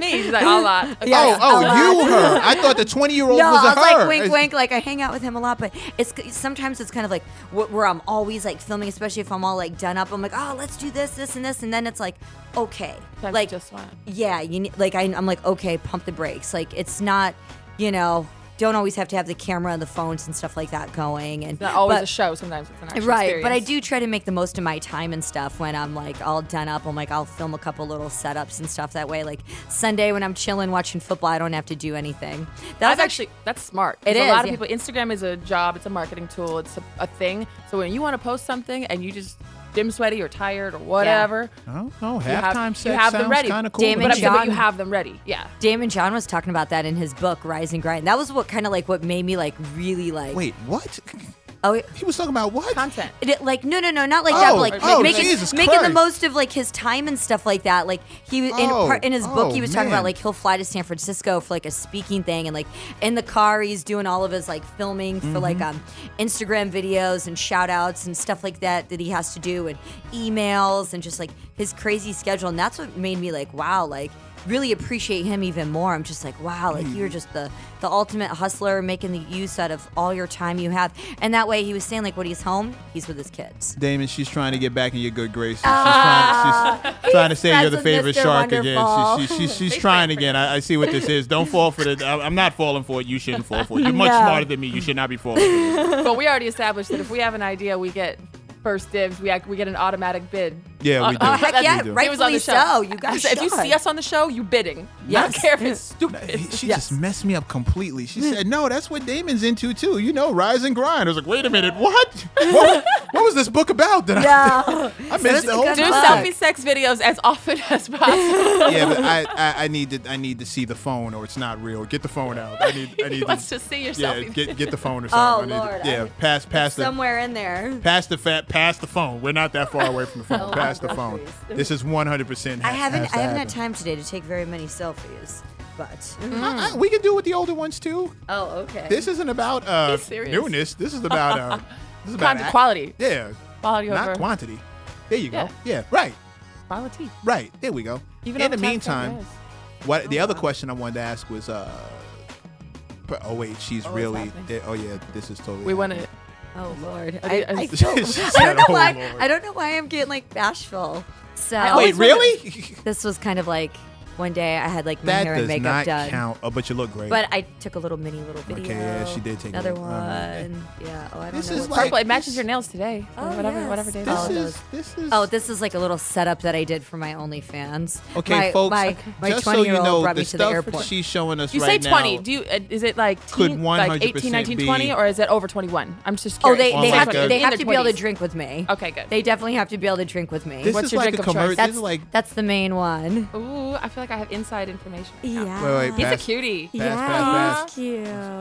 Speaker 3: me, she's like a lot. Okay.
Speaker 2: Oh,
Speaker 4: Yes.
Speaker 2: oh,
Speaker 4: a
Speaker 2: you
Speaker 4: lot.
Speaker 2: her. I thought the twenty year old
Speaker 4: no,
Speaker 2: was a
Speaker 4: I was
Speaker 2: her.
Speaker 4: like wink,
Speaker 2: It's-
Speaker 4: wink. Like I hang out with him a lot, but it's sometimes it's kind of like wh- where I'm always like filming, especially if I'm all like done up. I'm like, oh, let's do this, this, and this, and then it's like, okay,
Speaker 3: Sometimes
Speaker 4: like
Speaker 3: you just want.
Speaker 4: yeah, you need, like I, I'm like okay, pump the brakes. Like it's not, you know, don't always have to have the camera and the phones and stuff like that going. And
Speaker 3: It's not always
Speaker 4: but-
Speaker 3: a show. Sometimes it's an actual
Speaker 4: Right, but I
Speaker 3: experience.
Speaker 4: do try to make the most of my time and stuff when I'm like all done up. I'm like I'll film a couple little setups and stuff that way. Like Sunday when I'm chilling watching football, I don't have to do anything. That's
Speaker 3: That's actually that's smart.
Speaker 4: It
Speaker 3: 'cause
Speaker 4: is,
Speaker 3: a lot of
Speaker 4: yeah.
Speaker 3: people. Instagram is a job. It's a marketing tool. It's a, a thing. So when you want to post something and you just dim sweaty or tired or whatever,
Speaker 2: Oh, oh
Speaker 3: you have,
Speaker 2: halftime
Speaker 3: you
Speaker 2: sex
Speaker 3: have them
Speaker 2: sounds
Speaker 3: ready.
Speaker 2: kind of cool.
Speaker 4: Damn it,
Speaker 3: but, I'm saying, but you
Speaker 4: John.
Speaker 3: have them ready. Yeah.
Speaker 4: Damon John was talking about that in his book Rise and Grind. That was what kind of like what made me like really like
Speaker 2: Wait, what?
Speaker 4: oh it,
Speaker 2: He was talking about what?
Speaker 3: Content.
Speaker 4: it- like no no no not like that
Speaker 2: Oh,
Speaker 4: but like
Speaker 2: oh,
Speaker 4: making
Speaker 2: Jesus
Speaker 4: making the
Speaker 2: Christ.
Speaker 4: most of like his time and stuff like that. Like he was in
Speaker 2: Oh,
Speaker 4: part in his book
Speaker 2: oh,
Speaker 4: he was talking about
Speaker 2: man.
Speaker 4: like he'll fly to San Francisco for like a speaking thing and like in the car he's doing all of his like filming for like
Speaker 2: Mm-hmm.
Speaker 4: um Instagram videos and shout outs and stuff like that that he has to do and emails and just like his crazy schedule and that's what made me like wow like really appreciate him even more. I'm just like, wow, like
Speaker 2: Mm-hmm.
Speaker 4: you're just the the ultimate hustler, making the use out of all your time you have. And that way, he was saying like when he's home, he's with his kids.
Speaker 2: Damon, she's trying to get back in your good graces. She's trying, she's trying to say you're the
Speaker 4: friends with
Speaker 2: favorite
Speaker 4: Mr.
Speaker 2: shark
Speaker 4: Ah. Wonderful.
Speaker 2: again. She, she, she's she's trying again. I, I see what this is. Don't fall for the. I'm I'm not falling for it. You shouldn't fall for it. You're much
Speaker 4: No.
Speaker 2: smarter than me. You should not be falling for it.
Speaker 3: but we already established that if we have an idea, we get first dibs. We act, we get an automatic bid. Uh,
Speaker 2: Yeah, we do.
Speaker 4: Oh, heck
Speaker 3: That's-
Speaker 4: yeah,
Speaker 2: We do.
Speaker 3: it was on
Speaker 4: rightfully
Speaker 3: the show.
Speaker 4: so. You
Speaker 3: I
Speaker 4: guys,
Speaker 3: said, if you see us on the show, you bidding. I don't
Speaker 4: Yes.
Speaker 3: care if it's stupid.
Speaker 2: She
Speaker 4: Yes. Hmm.
Speaker 2: just messed me up completely. She said, "No, that's what Damon's into too. You know, rise and grind." I was like, "Wait a minute, what? What, what was this book about?" That
Speaker 4: Yeah.
Speaker 2: I, I missed
Speaker 4: it's
Speaker 2: the
Speaker 4: a
Speaker 2: whole
Speaker 4: good
Speaker 3: Do
Speaker 4: Fuck.
Speaker 2: time.
Speaker 3: selfie sex videos as often as possible.
Speaker 2: yeah, but I, I, I need to I need to see the phone or it's not real. Get the phone out. I need I need
Speaker 3: he wants to see yourself.
Speaker 2: yeah get get the phone or something.
Speaker 4: Oh,
Speaker 2: I need
Speaker 4: Lord,
Speaker 2: To, yeah,
Speaker 4: I-
Speaker 2: pass pass the
Speaker 4: somewhere in there.
Speaker 2: pass the fat pass the phone. We're not that far away from the phone.
Speaker 4: Oh,
Speaker 2: pass the
Speaker 4: I'm
Speaker 2: phone.
Speaker 4: groceries.
Speaker 2: This is one hundred percent.
Speaker 4: I haven't I haven't had time today to take very many selfies. but
Speaker 2: I- I- Uh, we can do it with the older ones too.
Speaker 4: Mm-hmm. oh, okay.
Speaker 2: This isn't about uh,
Speaker 3: He's serious.
Speaker 2: newness. This is about uh, this is about
Speaker 3: Quanti-
Speaker 2: ac-
Speaker 3: quality.
Speaker 2: Yeah,
Speaker 3: Quality
Speaker 2: not
Speaker 3: over
Speaker 2: quantity. There you go.
Speaker 3: Yeah.
Speaker 2: Yeah, right,
Speaker 3: quality.
Speaker 2: right. There we go.
Speaker 3: Even
Speaker 2: in the
Speaker 3: over time,
Speaker 2: meantime,
Speaker 3: yes.
Speaker 2: what the other
Speaker 3: wow.
Speaker 2: question I wanted to ask was, uh, but- oh wait, she's
Speaker 3: it's
Speaker 2: really.
Speaker 3: happening.
Speaker 2: there- oh yeah, this is totally.
Speaker 3: we want
Speaker 2: happening.
Speaker 3: to.
Speaker 4: oh Lord, I,
Speaker 3: I-
Speaker 4: I,
Speaker 3: I-
Speaker 4: feel- I
Speaker 2: She
Speaker 4: don't
Speaker 2: said,
Speaker 4: know
Speaker 2: "Oh,
Speaker 4: why.
Speaker 2: Lord."
Speaker 4: I don't know why I'm getting like bashful. So
Speaker 2: Wait, really?
Speaker 4: This was kind of like one day I had like my
Speaker 2: that
Speaker 4: hair and
Speaker 2: does
Speaker 4: makeup
Speaker 2: not
Speaker 4: done.
Speaker 2: count. Oh, but you look great.
Speaker 4: But I took a little mini little video.
Speaker 2: Okay, yeah, she did take a
Speaker 4: another
Speaker 2: little-
Speaker 4: one.
Speaker 2: uh,
Speaker 4: yeah. Oh, I don't
Speaker 2: This
Speaker 4: know.
Speaker 2: is
Speaker 4: what-
Speaker 2: like-
Speaker 3: Purple. It matches
Speaker 2: this-
Speaker 3: your nails today. So
Speaker 4: Oh,
Speaker 3: whatever,
Speaker 4: yes.
Speaker 3: whatever day.
Speaker 2: this
Speaker 3: follows.
Speaker 2: is this is.
Speaker 4: oh, this is like a little setup that I did for my OnlyFans.
Speaker 2: Okay,
Speaker 4: my,
Speaker 2: folks.
Speaker 4: My, my
Speaker 2: just so you
Speaker 4: 20-year-old
Speaker 2: know,
Speaker 4: brought
Speaker 2: the
Speaker 4: me to the
Speaker 2: stuff
Speaker 4: airport.
Speaker 2: she's showing us
Speaker 3: You
Speaker 2: right
Speaker 3: say 20.
Speaker 2: now.
Speaker 3: Do you? uh, Is it like
Speaker 2: Could
Speaker 3: teen, like 18,
Speaker 2: 100%
Speaker 3: 19,
Speaker 2: be-
Speaker 3: 20, or is it over 21? I'm just
Speaker 4: oh,
Speaker 3: curious.
Speaker 4: they,
Speaker 2: Oh
Speaker 4: they
Speaker 2: my
Speaker 4: have to,
Speaker 2: God.
Speaker 4: they
Speaker 3: In
Speaker 4: have
Speaker 3: their
Speaker 4: to be able to
Speaker 3: 20s.
Speaker 4: drink with me.
Speaker 3: Okay, good.
Speaker 4: They definitely have to be able to drink with me.
Speaker 2: This
Speaker 3: What's
Speaker 2: is
Speaker 3: your
Speaker 2: like
Speaker 3: drink
Speaker 2: a
Speaker 3: of choice?
Speaker 2: commercial. This
Speaker 4: that's
Speaker 2: is like
Speaker 4: that's the main one.
Speaker 3: Ooh, I feel like I have inside information. right now.
Speaker 4: Yeah.
Speaker 2: Wait, wait,
Speaker 3: He's a
Speaker 2: Fast-
Speaker 3: cutie.
Speaker 2: fast,
Speaker 4: yeah,
Speaker 2: fast,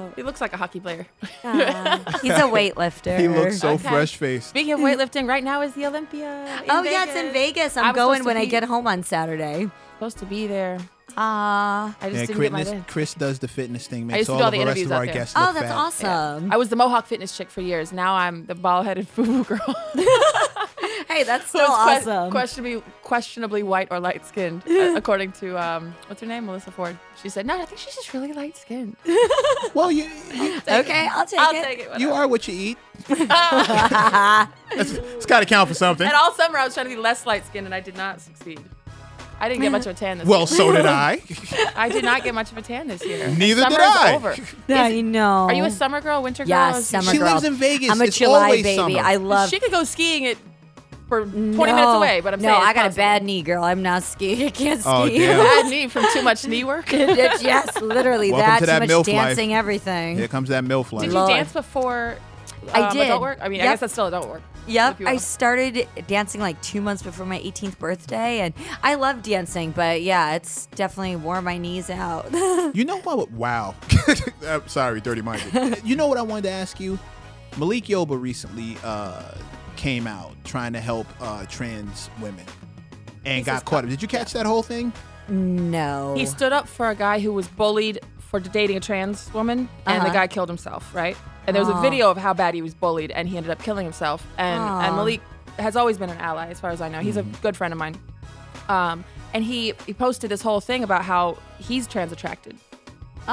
Speaker 4: he's
Speaker 3: He looks like a hockey player.
Speaker 4: cute. Aw, he's a weightlifter.
Speaker 2: he looks so
Speaker 3: Okay.
Speaker 2: fresh faced.
Speaker 3: Speaking of weightlifting, right now is the Olympia.
Speaker 4: Oh yeah, it's in Vegas.
Speaker 3: I
Speaker 4: I'm
Speaker 3: was
Speaker 4: going
Speaker 3: supposed to
Speaker 4: when I
Speaker 3: be-
Speaker 4: get home on Saturday.
Speaker 3: Supposed to be there.
Speaker 4: Ah.
Speaker 3: I just
Speaker 2: Yeah,
Speaker 3: didn't get my
Speaker 2: Chris,
Speaker 3: day.
Speaker 2: Chris does the fitness thing.
Speaker 3: used
Speaker 2: Makes
Speaker 3: to
Speaker 2: all
Speaker 3: do all
Speaker 2: of
Speaker 3: the
Speaker 2: the rest
Speaker 3: interviews
Speaker 2: of
Speaker 3: out
Speaker 2: our
Speaker 3: there.
Speaker 2: guests
Speaker 4: oh,
Speaker 2: look
Speaker 4: that's
Speaker 2: fat.
Speaker 4: awesome.
Speaker 3: I was the Mohawk fitness chick for years. Now I'm the bald-headed foo-foo girl.
Speaker 4: Hey, that's
Speaker 3: So
Speaker 4: still
Speaker 3: it's que-
Speaker 4: awesome.
Speaker 3: questionably, questionably white or light skinned, according to um, what's her name, Melissa Ford. She said, "No, I think she's just really light skinned."
Speaker 2: Well, you you,
Speaker 4: okay, I'll take
Speaker 3: I'll
Speaker 4: it.
Speaker 3: take it. whatever.
Speaker 2: you are what you eat. That's- it's got to count for something.
Speaker 3: And all summer I was trying to be less light skinned, and I did not succeed. I didn't get much of a tan this
Speaker 2: Well,
Speaker 3: year.
Speaker 2: so did I.
Speaker 3: I did not get much of a tan this year.
Speaker 2: Neither
Speaker 3: summer
Speaker 2: did
Speaker 3: is
Speaker 2: I.
Speaker 3: over.
Speaker 4: I know.
Speaker 3: Are you a summer girl, winter girl?
Speaker 4: Yeah,
Speaker 3: Is-
Speaker 4: summer
Speaker 2: she
Speaker 4: girl.
Speaker 2: lives in Vegas.
Speaker 4: I'm a
Speaker 2: It's
Speaker 4: July
Speaker 2: always
Speaker 4: baby.
Speaker 2: summer.
Speaker 4: I love.
Speaker 3: She could go skiing it for 20
Speaker 4: no,
Speaker 3: minutes away, but I'm
Speaker 4: no,
Speaker 3: saying it's
Speaker 4: I got a
Speaker 3: possible.
Speaker 4: bad knee, girl. I'm not skiing. I can't ski.
Speaker 2: Oh, damn.
Speaker 3: bad knee from too much knee work. Did
Speaker 4: It's- yes, literally
Speaker 2: Welcome
Speaker 4: that.
Speaker 2: to that
Speaker 4: too much
Speaker 2: MILF life.
Speaker 4: dancing, everything.
Speaker 2: Here comes that milf
Speaker 3: you
Speaker 2: life.
Speaker 4: Lord.
Speaker 3: dance before?
Speaker 4: I
Speaker 3: um,
Speaker 4: did.
Speaker 3: Adult work. I mean,
Speaker 4: Yep.
Speaker 3: I guess that's still adult work.
Speaker 4: Yep,
Speaker 3: if you
Speaker 4: I
Speaker 3: will.
Speaker 4: started dancing like two months before my 18th birthday, and I love dancing, but yeah, it's definitely wore my knees out.
Speaker 2: You know what? Wow. I'm sorry, dirty minded. you know what I wanted to ask you? Malik Yoba recently uh, came out trying to help uh, trans women and got caught up. Did you catch that whole thing?
Speaker 4: no,
Speaker 3: He stood up for a guy who was bullied for dating a trans woman, and
Speaker 4: Uh-huh.
Speaker 3: the guy killed himself, right? And
Speaker 4: Oh.
Speaker 3: there was a video of how bad he was bullied, and he ended up killing himself. And, and Malik has always been an ally, as far as I know. He's
Speaker 4: Mm-hmm.
Speaker 3: a good friend of mine. Um, and he, he posted this whole thing about how he's trans attracted.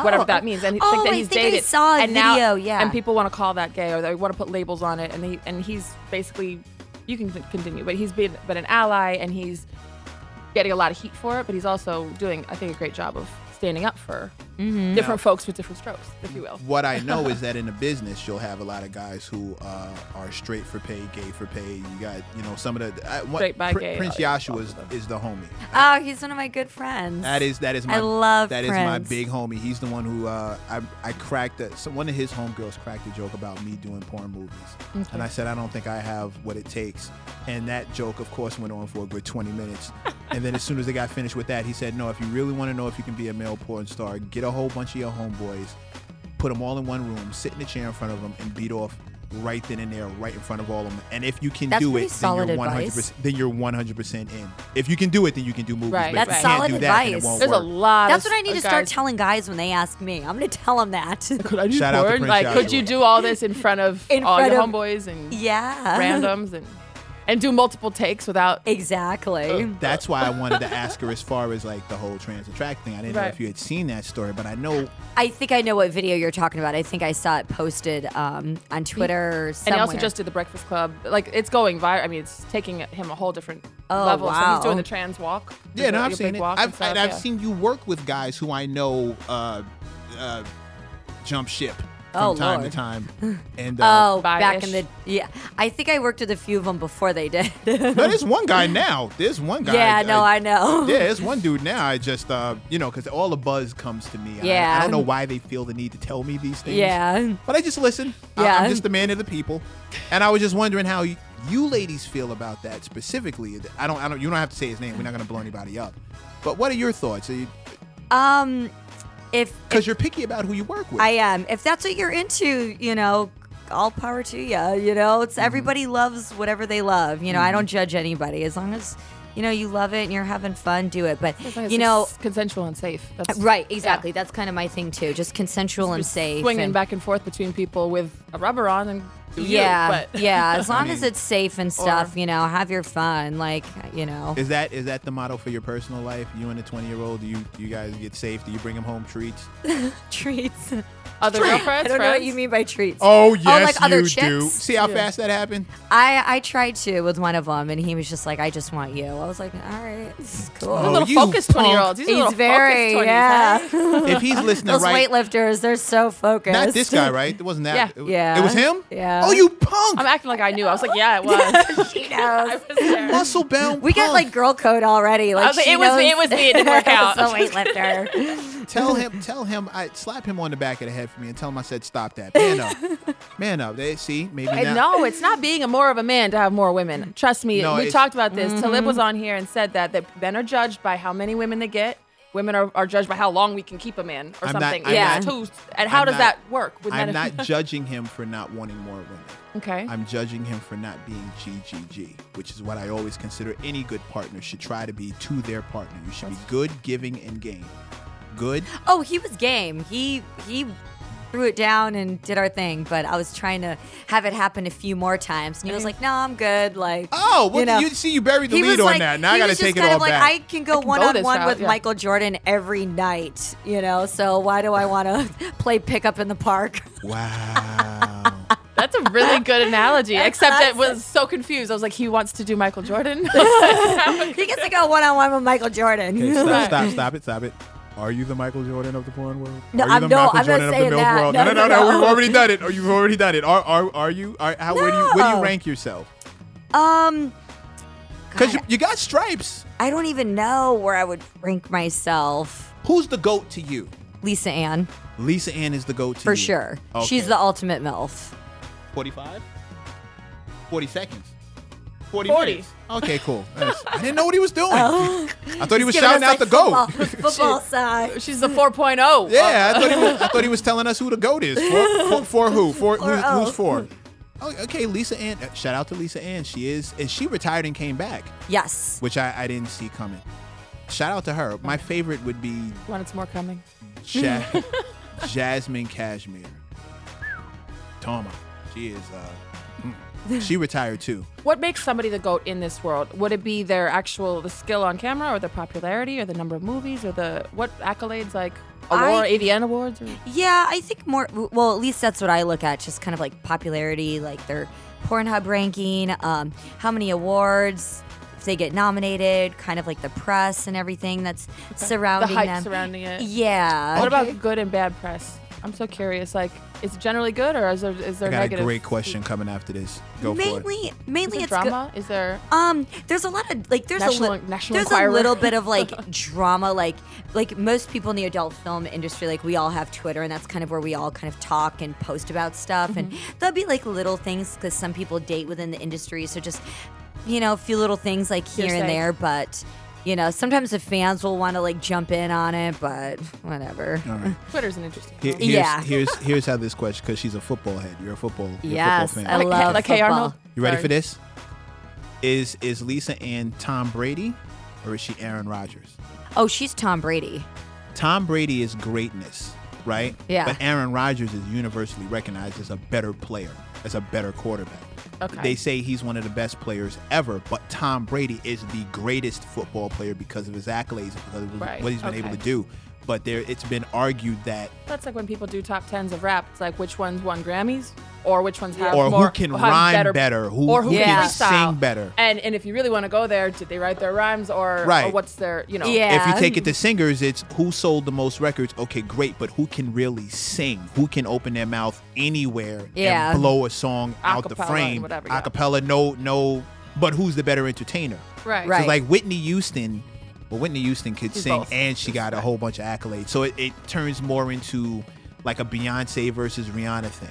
Speaker 3: whatever that means, and he-
Speaker 4: oh,
Speaker 3: like that
Speaker 4: I
Speaker 3: he's
Speaker 4: think I
Speaker 3: dated.
Speaker 4: saw a
Speaker 3: and now,
Speaker 4: video, yeah.
Speaker 3: and people want to call that gay, or they want to put labels on it, and he and he's basically, you can con- continue, but he's been been an ally, and he's getting a lot of heat for it, but he's also doing, I think, a great job of standing up for
Speaker 4: Mm-hmm.
Speaker 3: different folks with different strokes, if you will.
Speaker 2: What I know is that in the business, you'll have a lot of guys who uh, are straight for pay, gay for pay. You got, you know, some of the. I, one,
Speaker 3: Straight by
Speaker 2: Pr-
Speaker 3: gay,
Speaker 2: Prince
Speaker 3: uh, yeah,
Speaker 2: Yashua is, is the homie.
Speaker 4: oh, he's one of my good friends.
Speaker 2: That is that is my
Speaker 4: I love
Speaker 2: that is my
Speaker 4: Prince.
Speaker 2: big homie. He's the one who uh, I I cracked a, some, one of his homegirls cracked a joke about me doing porn movies, and I said I don't think I have what it takes. And that joke, of course, went on for a good 20 minutes. and then as soon as they got finished with that, he said, "No, if you really want to know if you can be a male porn star, get a whole bunch of your homeboys, put them all in one room, sit in a chair in front of them, and beat off." Right then and there, right in front of all of them, and if you can
Speaker 4: That's
Speaker 2: do
Speaker 4: pretty
Speaker 2: it, then
Speaker 4: solid
Speaker 2: you're
Speaker 4: advice.
Speaker 2: 100. percent Then you're 100 percent in. If you can do it, then you can do movies.
Speaker 3: Right.
Speaker 2: but if
Speaker 4: That's
Speaker 2: you can't
Speaker 4: solid
Speaker 2: do that, then it
Speaker 4: advice.
Speaker 2: won't
Speaker 3: There's a
Speaker 2: work.
Speaker 3: lot.
Speaker 4: That's
Speaker 3: of
Speaker 4: what I need to
Speaker 3: s-
Speaker 4: start
Speaker 3: guys-
Speaker 4: telling guys when they ask me. I'm gonna tell them that.
Speaker 3: Could I do
Speaker 2: Shout out to
Speaker 3: porn?
Speaker 2: Prince
Speaker 3: like, could
Speaker 2: Joshua.
Speaker 3: you do all this in front of
Speaker 4: In
Speaker 3: all your
Speaker 4: front of-
Speaker 3: homeboys and
Speaker 4: yeah,
Speaker 3: randoms and and do multiple takes without?
Speaker 4: Exactly.
Speaker 2: That's why I wanted to ask her as far as like the whole trans attract thing. I didn't know
Speaker 3: Right.
Speaker 2: if you had seen that story, but I know
Speaker 4: I think I know what video you're talking about. I think I saw it posted um, on Twitter. Or
Speaker 3: And
Speaker 4: somewhere.
Speaker 3: he also just did the Breakfast Club. Like it's going viral. I mean, it's taking him a whole different
Speaker 4: Oh,
Speaker 3: level. So
Speaker 4: wow.
Speaker 3: he's doing the trans walk.
Speaker 2: yeah, no,
Speaker 3: Your
Speaker 2: I've
Speaker 3: big
Speaker 2: seen it.
Speaker 3: walk
Speaker 2: I've,
Speaker 3: and stuff,
Speaker 2: and I've
Speaker 3: yeah.
Speaker 2: seen you work with guys who I know uh, uh, jump ship from
Speaker 4: Oh,
Speaker 2: time
Speaker 4: Lord.
Speaker 2: to time. And uh,
Speaker 4: Oh, back in the
Speaker 3: Biased.
Speaker 4: yeah. I think I worked with a few of them before they did.
Speaker 2: no, there's one guy now. There's one guy.
Speaker 4: yeah, no, I know.
Speaker 2: Yeah, there's one dude now. I just, uh, you know, because all the buzz comes to me. I- I,
Speaker 4: Yeah.
Speaker 2: don't know why they feel the need to tell me these things.
Speaker 4: Yeah.
Speaker 2: But I just listen. Yeah.
Speaker 4: Yeah.
Speaker 2: I, am just the man of the people, and I was just wondering how you, you ladies feel about that specifically. I don't. I don't. You don't have to say his name. We're not going to blow anybody up. But what are your thoughts? Because you,
Speaker 4: Um, if
Speaker 2: 'cause you're picky about who you work with.
Speaker 4: I am, if that's what you're into, you know, all
Speaker 2: Mm-hmm.
Speaker 4: power to you. You know, it's everybody loves whatever they love. You know, I don't judge anybody as long as you know, you love it and you're having fun, do it. But
Speaker 3: As long as
Speaker 4: you
Speaker 3: it's
Speaker 4: know,
Speaker 3: consensual and safe. That's
Speaker 4: right? Exactly. That's kind of my thing too. Just consensual and safe.
Speaker 3: swinging
Speaker 4: and-
Speaker 3: back and forth between people with a rubber on and do you,
Speaker 4: Yeah,
Speaker 3: but-
Speaker 4: yeah. As long as it's safe and stuff, you know, have your fun. Like, you know,
Speaker 2: Is that is that the motto for your personal life? You and the twenty year old, do you do you guys get safe? Do you bring them home treats?
Speaker 4: treats.
Speaker 3: other girlfriends.
Speaker 4: I don't know
Speaker 3: friends?
Speaker 4: what you mean by treats.
Speaker 2: Oh yes,
Speaker 4: like other
Speaker 2: you do.
Speaker 4: chicks?
Speaker 2: See how fast that happened?
Speaker 4: I I tried to with one of them, and he was just like, "I just want you." I was like, "All right, it's cool."
Speaker 3: These little
Speaker 2: Oh, you
Speaker 3: focused
Speaker 2: punk.
Speaker 3: twenty year olds. These are
Speaker 4: He's
Speaker 3: little
Speaker 4: very
Speaker 3: focused 20s,
Speaker 4: yeah.
Speaker 3: huh?
Speaker 2: if he's listening
Speaker 4: Those
Speaker 2: right,
Speaker 4: weightlifters, they're so focused.
Speaker 2: not this guy, right? It wasn't that.
Speaker 3: Yeah.
Speaker 2: It,
Speaker 4: Yeah.
Speaker 2: It was him.
Speaker 4: Yeah.
Speaker 2: Oh, you punk!
Speaker 3: I'm acting like I knew. I was like, yeah, it was.
Speaker 4: She knows.
Speaker 3: I was there.
Speaker 2: Muscle bound.
Speaker 4: We got
Speaker 2: punk.
Speaker 4: like girl code already. Like,
Speaker 3: was like,
Speaker 4: she
Speaker 3: it was me,
Speaker 4: knows-
Speaker 3: it was me, it didn't work out.
Speaker 4: I was a weightlifter.
Speaker 2: Tell him, tell him, I slap him on the back of the head for me and tell him I said stop that. Man up, man up. They see maybe
Speaker 3: And
Speaker 2: now.
Speaker 3: no, it's not being a more of a man to have more women. Trust me,
Speaker 2: No,
Speaker 3: we
Speaker 2: it's-
Speaker 3: talked about this. Talib
Speaker 4: Mm-hmm.
Speaker 3: was on here and said that that men are judged by how many women they get. Women are, are judged by how long we can keep a man or
Speaker 2: I'm not-
Speaker 3: something.
Speaker 2: I'm
Speaker 4: Yeah.
Speaker 2: not-
Speaker 3: Two- and how
Speaker 2: I'm
Speaker 3: does
Speaker 2: not-
Speaker 3: that work? with
Speaker 2: I'm
Speaker 3: men and-
Speaker 2: not judging him for not wanting more women.
Speaker 3: okay.
Speaker 2: I'm judging him for not being GGG, which is what I always consider any good partner should try to be to their partner. You should be good, giving, and game. Good.
Speaker 4: Oh, he was game. He he threw it down and did our thing, but I was trying to have it happen a few more times, and he was
Speaker 3: Mm-hmm.
Speaker 4: like, "No, I'm good." Like,
Speaker 2: Oh, well, you,
Speaker 4: know.
Speaker 2: see, you buried the
Speaker 4: He
Speaker 2: lead
Speaker 4: was
Speaker 2: on
Speaker 4: like,
Speaker 2: that. Now I
Speaker 4: he
Speaker 2: got to
Speaker 4: was just
Speaker 2: take it
Speaker 4: kind
Speaker 2: all
Speaker 4: of like,
Speaker 2: back.
Speaker 4: I can go
Speaker 3: go
Speaker 4: one on
Speaker 3: this
Speaker 4: one
Speaker 3: route,
Speaker 4: with
Speaker 3: yeah.
Speaker 4: Michael Jordan every night, you know. So why do I want to play pickup in the park?
Speaker 2: wow.
Speaker 3: That's a really good analogy, except it was so confused. I was like, he wants to do Michael Jordan.
Speaker 4: he gets to go one on one with Michael Jordan.
Speaker 2: Okay, stop, stop, stop it, stop it. Are you the Michael Jordan of the porn world?
Speaker 4: No,
Speaker 2: are you
Speaker 4: I'm-
Speaker 2: the
Speaker 4: no,
Speaker 2: Michael
Speaker 4: I'm not
Speaker 2: Jordan of
Speaker 4: saying
Speaker 2: the MILF
Speaker 4: that.
Speaker 2: world?
Speaker 4: No,
Speaker 2: no, no,
Speaker 4: no, no.
Speaker 2: We've already done it. Or you've already done it. Are are are you? Are, how, Where do you where do you
Speaker 4: No.
Speaker 2: rank yourself?
Speaker 4: Um,
Speaker 2: Because you, you got stripes.
Speaker 4: I don't even know where I would rank myself.
Speaker 2: Who's the goat to you?
Speaker 4: Lisa Ann,
Speaker 2: Lisa Ann is the goat to
Speaker 4: for
Speaker 2: you.
Speaker 4: sure.
Speaker 2: Okay.
Speaker 4: She's the ultimate MILF.
Speaker 2: 45? 40 seconds. 40,
Speaker 3: 40.
Speaker 2: minutes. Okay, cool. That's- I didn't know what he was doing. I thought he was
Speaker 4: Just Oh.
Speaker 2: shouting
Speaker 4: giving us,
Speaker 2: out the
Speaker 4: like,
Speaker 2: goat.
Speaker 4: Football, football side.
Speaker 3: She's the oh. 4.0.
Speaker 2: Yeah,
Speaker 4: Uh,
Speaker 2: I thought, he was, I thought he was telling us who the goat is. For, for, for who? For,
Speaker 4: For
Speaker 2: who's,
Speaker 4: us.
Speaker 2: who's for? Oh, okay, Lisa Ann. uh, Shout out to Lisa Ann. She is, and she retired and came back,
Speaker 4: Yes.
Speaker 2: which I, I didn't see coming. Shout out to her. My favorite would be
Speaker 3: When it's more coming.
Speaker 2: Ja- Jasmine Cashmere. Toma. She is, uh, mm. she retired too.
Speaker 3: What makes somebody the GOAT in this world? Would it be their actual the skill on camera or their popularity or the number of movies or the what accolades like award,
Speaker 4: I-
Speaker 3: AVN awards? Or,
Speaker 4: Yeah, I think more. Well, at least that's what I look at. Just kind of like popularity, like their Pornhub ranking, um, how many awards, if they get nominated, kind of like the press and everything that's surrounding
Speaker 3: The hype
Speaker 4: them.
Speaker 3: surrounding it.
Speaker 4: Yeah.
Speaker 3: What about good and bad press? I'm so curious. Like, is it generally good or is there is there
Speaker 2: I got
Speaker 3: negative?
Speaker 2: a great question coming after this. Go for it.
Speaker 4: mainly, mainly
Speaker 3: Is there
Speaker 4: it's good.
Speaker 3: drama? Is there?
Speaker 4: Um, there's a lot of like there's
Speaker 3: National-
Speaker 4: a little
Speaker 3: National
Speaker 4: there's
Speaker 3: Enquirer.
Speaker 4: a little bit of like drama like like most people in the adult film industry like we all have Twitter and that's kind of where we all kind of talk and post about stuff and
Speaker 3: Mm-hmm.
Speaker 4: there'll be like little things because some people date within the industry so just you know a few little things like here
Speaker 3: Hearsay.
Speaker 4: and there but you know sometimes the fans will want to like jump in on it but whatever
Speaker 2: All right.
Speaker 3: Twitter's an interesting.
Speaker 2: Here-
Speaker 3: one.
Speaker 2: here's,
Speaker 4: Yeah.
Speaker 2: here's here's how this question because she's a football head. You're a football. You're
Speaker 4: yes
Speaker 2: A
Speaker 4: I
Speaker 2: football fan.
Speaker 4: love
Speaker 3: like, hey, Arnold.
Speaker 4: football.
Speaker 2: You ready for
Speaker 3: Sorry.
Speaker 2: this? Is is Lisa Ann Tom Brady, or is she Aaron Rodgers?
Speaker 4: oh she's Tom Brady
Speaker 2: Tom Brady is greatness, right?
Speaker 4: Yeah.
Speaker 2: But Aaron Rodgers is universally recognized as a better player, as a better quarterback.
Speaker 3: Okay.
Speaker 2: They say he's one of the best players ever, but Tom Brady is the greatest football player because of his accolades, because of
Speaker 3: Right,
Speaker 2: what he's been able
Speaker 3: okay.
Speaker 2: to do. But there, it's been argued that
Speaker 3: That's like when people do top tens of rap. It's like which ones won Grammys or which ones have
Speaker 2: Or who
Speaker 3: more,
Speaker 2: can
Speaker 3: have
Speaker 2: rhyme better, who-
Speaker 3: or who
Speaker 2: who
Speaker 4: can
Speaker 3: can freestyle.
Speaker 2: sing better.
Speaker 3: And and if you really want to go there, did they write their rhymes or, or
Speaker 2: Right.
Speaker 3: what's their you know?
Speaker 4: Yeah.
Speaker 2: If you take it to singers, it's who sold the most records. Okay, great, but who can really sing? Who can open their mouth anywhere
Speaker 4: Yeah.
Speaker 2: and blow a song out the
Speaker 3: Acapella,
Speaker 2: frame?
Speaker 3: whatever, yeah.
Speaker 2: Acapella, no, no. But who's the better entertainer?
Speaker 3: Right.
Speaker 4: Right.
Speaker 2: So like Whitney Houston, well, Whitney Houston could
Speaker 3: She's
Speaker 2: sing
Speaker 3: both.
Speaker 2: and she got a whole bunch of accolades. So it, it turns more into like a Beyonce versus Rihanna thing.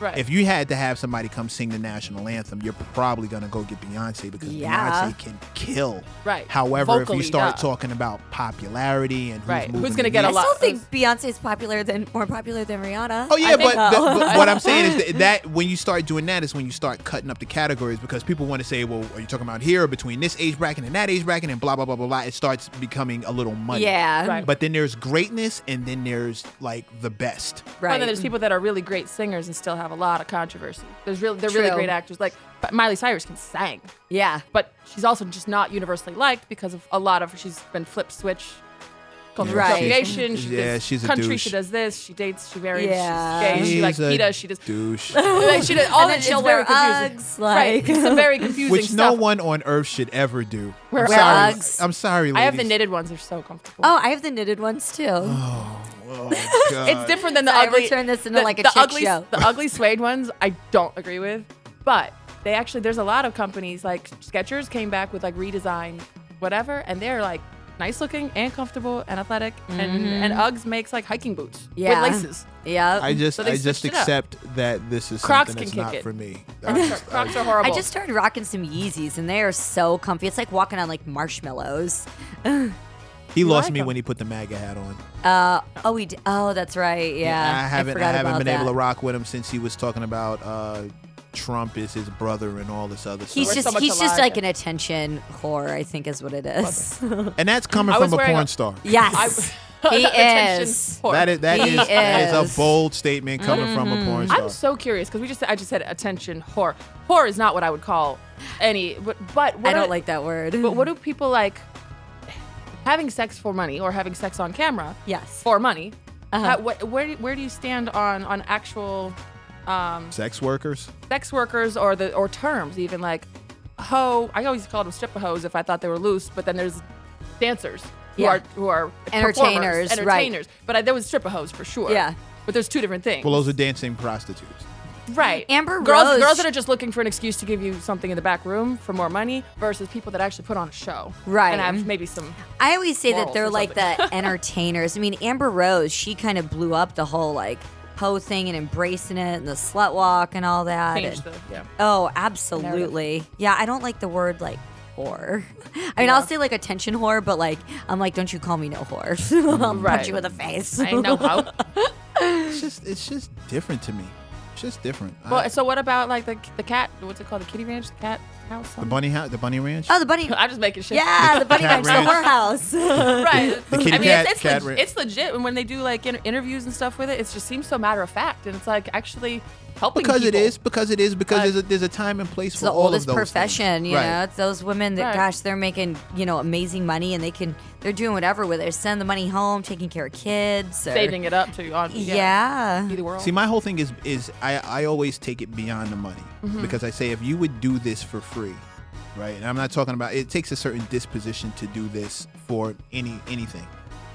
Speaker 3: Right.
Speaker 2: If you had to have somebody come sing the national anthem, you're probably gonna go get Beyonce because
Speaker 4: Yeah.
Speaker 2: Beyonce can kill.
Speaker 3: Right.
Speaker 2: However, if
Speaker 3: Vocally,
Speaker 2: you start
Speaker 3: duh.
Speaker 2: talking about popularity and who's
Speaker 3: Right. Who's
Speaker 2: moving
Speaker 3: gonna
Speaker 2: the
Speaker 3: get a
Speaker 2: needle-
Speaker 4: I
Speaker 3: lot
Speaker 4: still
Speaker 3: of-
Speaker 4: think Beyonce's popular than more popular than Rihanna.
Speaker 2: Oh yeah, but,
Speaker 3: think
Speaker 2: the,
Speaker 3: so.
Speaker 2: but what I'm saying is that, that when you start doing that is when you start cutting up the categories because people want to say, well, are you talking about here or between this age bracket and that age bracket and blah blah blah blah blah. It starts becoming a little muddy.
Speaker 4: yeah,
Speaker 3: Right.
Speaker 2: But then there's greatness and then there's like the best.
Speaker 3: Well,
Speaker 4: right.
Speaker 3: and then there's people that are really great singers and still have a lot of controversy. There's real, they're really
Speaker 4: True.
Speaker 3: great actors. Like but Miley Cyrus can sing,
Speaker 4: yeah,
Speaker 3: but she's also just not universally liked because of a lot of she's been flip switch. Cultural
Speaker 4: Right.
Speaker 3: appropriation. She
Speaker 2: Yeah,
Speaker 3: does
Speaker 2: she's a
Speaker 3: country.
Speaker 2: douche.
Speaker 3: She does this. She dates. She marries.
Speaker 4: Yeah.
Speaker 3: She's gay. she like
Speaker 2: She's a
Speaker 3: PETA. She does.
Speaker 2: douche.
Speaker 3: Like, she did all
Speaker 4: And
Speaker 3: that.
Speaker 4: then
Speaker 3: She'll
Speaker 4: she'll
Speaker 3: very
Speaker 4: wear
Speaker 3: confusing.
Speaker 4: Uggs,
Speaker 3: right.
Speaker 4: like-
Speaker 3: Some very confusing
Speaker 2: Which no
Speaker 3: stuff.
Speaker 2: one on earth should ever do.
Speaker 3: Wear
Speaker 2: I'm sorry.
Speaker 4: Uggs.
Speaker 2: I'm sorry, ladies.
Speaker 3: I have the knitted ones. They're so comfortable.
Speaker 4: Oh, I have the knitted ones too.
Speaker 2: Oh, God.
Speaker 3: It's different than the
Speaker 4: Sorry, we're
Speaker 3: ugly.
Speaker 4: turning this into
Speaker 3: the-
Speaker 4: like a
Speaker 3: the
Speaker 4: chick
Speaker 3: ugly,
Speaker 4: show.
Speaker 3: The ugly suede ones, I don't agree with, but they actually there's a lot of companies like Skechers came back with like redesign, whatever, and they're like nice looking and comfortable and athletic, and and Uggs makes like hiking boots
Speaker 4: Mm-hmm. Yeah.
Speaker 3: with laces.
Speaker 4: Yeah.
Speaker 2: I just
Speaker 3: So they
Speaker 2: I just
Speaker 3: switched it up.
Speaker 2: accept that this is
Speaker 3: Crocs
Speaker 2: something
Speaker 3: can
Speaker 2: that's not
Speaker 3: kick it.
Speaker 2: for me. I
Speaker 3: Crocs,
Speaker 2: just-
Speaker 3: are,
Speaker 2: I-
Speaker 3: Crocs are horrible.
Speaker 4: I just started rocking some Yeezys and they are so comfy. It's like walking on like marshmallows.
Speaker 2: he lost
Speaker 3: like
Speaker 2: me
Speaker 3: them.
Speaker 2: when he put the MAGA hat on.
Speaker 4: Uh, oh, we d- oh, that's right. Yeah,
Speaker 2: I haven't I,
Speaker 4: forgot
Speaker 2: haven't
Speaker 4: about
Speaker 2: been able
Speaker 4: that.
Speaker 2: to rock with him since he was talking about uh, Trump is his brother and all this other
Speaker 4: He's
Speaker 3: We're
Speaker 2: stuff.
Speaker 4: just
Speaker 3: so much
Speaker 4: he's just
Speaker 3: alike.
Speaker 4: like an attention whore, I think is what it is.
Speaker 2: and that's coming
Speaker 3: I
Speaker 2: from
Speaker 3: was
Speaker 2: a
Speaker 3: wearing
Speaker 2: porn
Speaker 3: a-
Speaker 2: star.
Speaker 4: yes, he
Speaker 3: Attention
Speaker 4: is.
Speaker 3: whore.
Speaker 2: That is that
Speaker 4: He
Speaker 2: is, that is
Speaker 4: is.
Speaker 2: a bold statement coming from a porn star.
Speaker 3: Mm-hmm. I'm so curious because we just I just said attention whore. Whore is not what I would call any, but but what
Speaker 4: I don't
Speaker 3: are-
Speaker 4: like that word.
Speaker 3: But what do people like having sex for money or having sex on camera?
Speaker 4: Yes. Uh-huh.
Speaker 3: for money. How- wh- where where do you stand on on actual
Speaker 2: Sex workers.
Speaker 3: sex workers or the or terms even like hoe? I always called them stripper hoes if I thought they were loose, but then there's dancers who
Speaker 4: Yeah.
Speaker 3: are who are performers,
Speaker 4: Entertainers, right.
Speaker 3: entertainers. But I, there was stripper hoes for sure.
Speaker 4: Yeah.
Speaker 3: But there's two different things,
Speaker 2: Well, those are dancing prostitutes.
Speaker 3: right?
Speaker 4: Amber
Speaker 3: girls,
Speaker 4: Rose-
Speaker 3: girls that are just looking for an excuse to give you something in the back room for more money, versus people that actually put on a show,
Speaker 4: Right.
Speaker 3: And have maybe some
Speaker 4: I always say that
Speaker 3: morals
Speaker 4: they're
Speaker 3: or
Speaker 4: like the entertainers. I mean, Amber Rose, she kind of blew up the whole like hoe thing and embracing it and the slut walk and all that.
Speaker 3: change
Speaker 4: And-
Speaker 3: the yeah.
Speaker 4: Oh, absolutely. Yeah, I don't like the word like whore. I mean, I'll say like attention whore, but like I'm like, don't you call me no whore. I'll
Speaker 3: Right.
Speaker 4: punch you in the face.
Speaker 3: I know how.
Speaker 2: It's just it's just different to me. It's just different. I-
Speaker 3: Well, so what about like the the cat? What's it called? The kitty ranch, the cat house.
Speaker 2: the bunny house, the bunny ranch.
Speaker 4: Oh, the bunny.
Speaker 3: I'm just making shit.
Speaker 4: Yeah, the bunny
Speaker 2: Cat
Speaker 4: ranch, the
Speaker 2: ranch.
Speaker 4: whorehouse.
Speaker 3: up. right.
Speaker 2: The kitty
Speaker 3: I mean,
Speaker 2: cat-
Speaker 3: it's, it's,
Speaker 2: cat
Speaker 3: leg-
Speaker 2: ra-
Speaker 3: it's legit. And when they do like in- interviews and stuff with it, it just seems so matter of fact, and it's like actually helping.
Speaker 2: because it
Speaker 3: people.
Speaker 2: is because it is because there's a there's a time and place
Speaker 4: Uh, It's
Speaker 2: for
Speaker 4: the
Speaker 2: all
Speaker 4: oldest
Speaker 2: of those
Speaker 4: profession,
Speaker 2: things.
Speaker 4: you
Speaker 2: Right.
Speaker 4: know. It's those women that,
Speaker 3: Right.
Speaker 4: gosh, they're making you know amazing money, and they can they're doing whatever with it. Send the money home, taking care of kids, or,
Speaker 3: saving it up to on
Speaker 4: Yeah.
Speaker 3: Either world.
Speaker 2: See, my whole thing is is I, I always take it beyond the money
Speaker 4: Mm-hmm.
Speaker 2: because I say if you would do this for free, right? And I'm not talking about it takes a certain disposition to do this for any anything,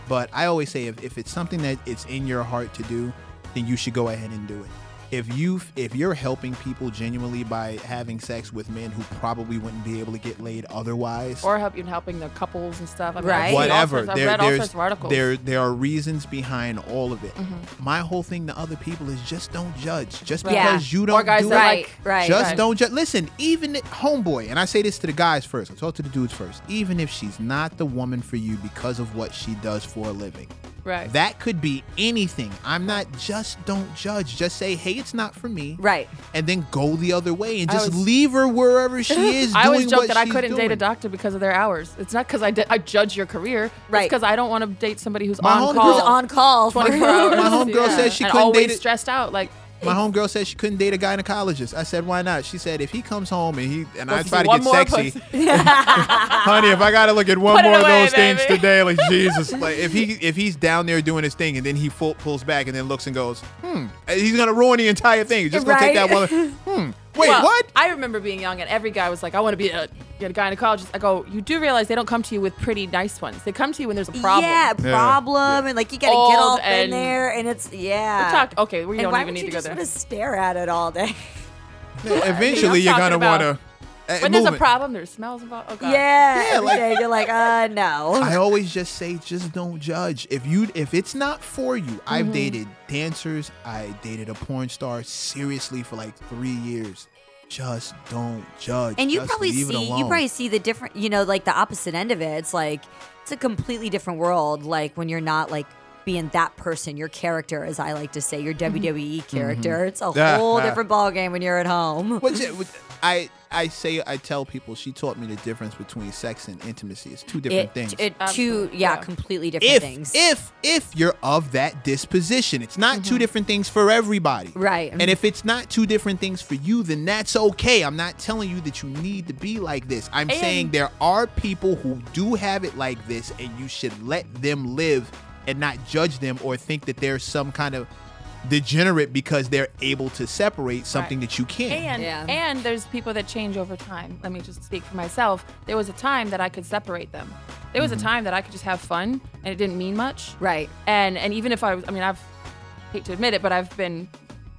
Speaker 2: but I always say if, if it's something that it's in your heart to do, then you should go ahead and do it. If you if you're helping people genuinely by having sex with men who probably wouldn't be able to get laid otherwise,
Speaker 3: or help you helping the couples and stuff. I mean,
Speaker 4: Right.
Speaker 3: I've seen all
Speaker 2: whatever.
Speaker 3: sorts- I've
Speaker 2: there,
Speaker 3: read all
Speaker 2: there's-
Speaker 3: sorts of articles. Mm-hmm.
Speaker 2: There, there are reasons behind all of it. My whole thing to other people is just don't judge. Just
Speaker 4: Yeah.
Speaker 2: because you don't
Speaker 3: or guys
Speaker 2: do
Speaker 3: that
Speaker 2: it,
Speaker 4: Right,
Speaker 3: like
Speaker 4: right.
Speaker 2: just
Speaker 3: right.
Speaker 2: don't judge. Listen, even if- homeboy, and I say this to the guys first. I talk to the dudes first. Even if she's not the woman for you because of what she does for a living,
Speaker 3: right.
Speaker 2: that could be anything. I'm not. Just don't judge. Just say, hey, it's not for me.
Speaker 4: Right.
Speaker 2: And then go the other way and
Speaker 3: I
Speaker 2: just
Speaker 3: always-
Speaker 2: leave her wherever she is.
Speaker 3: I always
Speaker 2: doing
Speaker 3: joke
Speaker 2: what
Speaker 3: that I
Speaker 2: she's
Speaker 3: couldn't date a
Speaker 2: doing.
Speaker 3: doctor because of their hours. It's not because I, di- I judge your career.
Speaker 4: Right.
Speaker 3: because I don't want to date somebody who's
Speaker 2: My
Speaker 3: on
Speaker 2: homegirl-
Speaker 3: call.
Speaker 4: Who's on call? for-
Speaker 3: 24 hours.
Speaker 2: My homegirl
Speaker 3: yeah.
Speaker 2: says she
Speaker 3: and
Speaker 2: couldn't date
Speaker 3: always
Speaker 2: it.
Speaker 3: stressed out. Like
Speaker 2: My homegirl said she couldn't date a gynecologist. I said, why not? She said, if he comes home and he and I
Speaker 3: Wants to
Speaker 2: try
Speaker 3: see
Speaker 2: to
Speaker 3: one
Speaker 2: get
Speaker 3: more
Speaker 2: sexy,
Speaker 3: pussy.
Speaker 2: honey, if I gotta look at one
Speaker 3: Put it
Speaker 2: more of
Speaker 3: away,
Speaker 2: those things
Speaker 3: baby.
Speaker 2: today, like Jesus, like if he if he's down there doing his thing and then he full, pulls back and then looks and goes, hmm, he's gonna ruin the entire thing. He's just gonna take that
Speaker 4: Right.
Speaker 2: one. Hmm. Wait,
Speaker 3: Well,
Speaker 2: what?
Speaker 3: I remember being young, and every guy was like, "I want to be a, a gynecologist." I go, "You do realize they don't come to you with pretty nice ones. They come to you when there's a problem."
Speaker 4: Yeah, problem, and like you gotta
Speaker 3: Old
Speaker 4: get all in
Speaker 3: and-
Speaker 4: there, and it's yeah.
Speaker 3: We're talk- okay, we
Speaker 4: and
Speaker 3: don't
Speaker 4: why
Speaker 3: even
Speaker 4: would
Speaker 3: need
Speaker 4: you
Speaker 3: to go
Speaker 4: just
Speaker 3: there.
Speaker 4: want to stare at it all day?
Speaker 2: Eventually, you're
Speaker 3: You're talking
Speaker 2: gonna
Speaker 3: about-
Speaker 2: wanna eh, Hey,
Speaker 3: When there's a
Speaker 2: movement.
Speaker 3: problem, there's smells involved. Oh, God.
Speaker 4: Yeah,
Speaker 2: Yeah, like-
Speaker 4: everything. You're like, uh, no.
Speaker 2: I always just say just don't judge. If you if it's not for you, I've
Speaker 4: Mm-hmm.
Speaker 2: dated dancers, I dated a porn star seriously for like three years. Just don't judge.
Speaker 4: And you
Speaker 2: Just
Speaker 4: probably
Speaker 2: leave it
Speaker 4: see, you
Speaker 2: alone.
Speaker 4: probably see the different, you know, like the opposite end of it. It's like it's a completely different world. Like when you're not like being that person, your character, as I like to say, your WWE character. It's a
Speaker 2: Mm-hmm. Yeah,
Speaker 4: whole
Speaker 2: yeah.
Speaker 4: different ballgame when you're at home.
Speaker 2: What's it- what- I I say I tell people she taught me the difference between sex and intimacy. It's two different
Speaker 4: It,
Speaker 2: things.
Speaker 4: it two,
Speaker 3: Absolutely,
Speaker 4: yeah,
Speaker 3: yeah.
Speaker 4: completely different
Speaker 2: if
Speaker 4: things.
Speaker 2: if if you're of that disposition, it's not
Speaker 3: Mm-hmm.
Speaker 2: two different things for everybody.
Speaker 4: Right.
Speaker 2: And if it's not two different things for you, then that's okay. I'm not telling you that you need to be like this. I'm
Speaker 3: And-
Speaker 2: saying there are people who do have it like this, and you should let them live and not judge them or think that they're some kind of degenerate because they're able to separate something that you can't.
Speaker 3: And
Speaker 4: Yeah.
Speaker 3: and there's people that change over time. Let me just speak for myself. There was a time that I could separate them. There was a time that I could just have fun and it didn't mean much.
Speaker 4: right.
Speaker 3: And and even if I was I mean I've hate to admit it, but I've been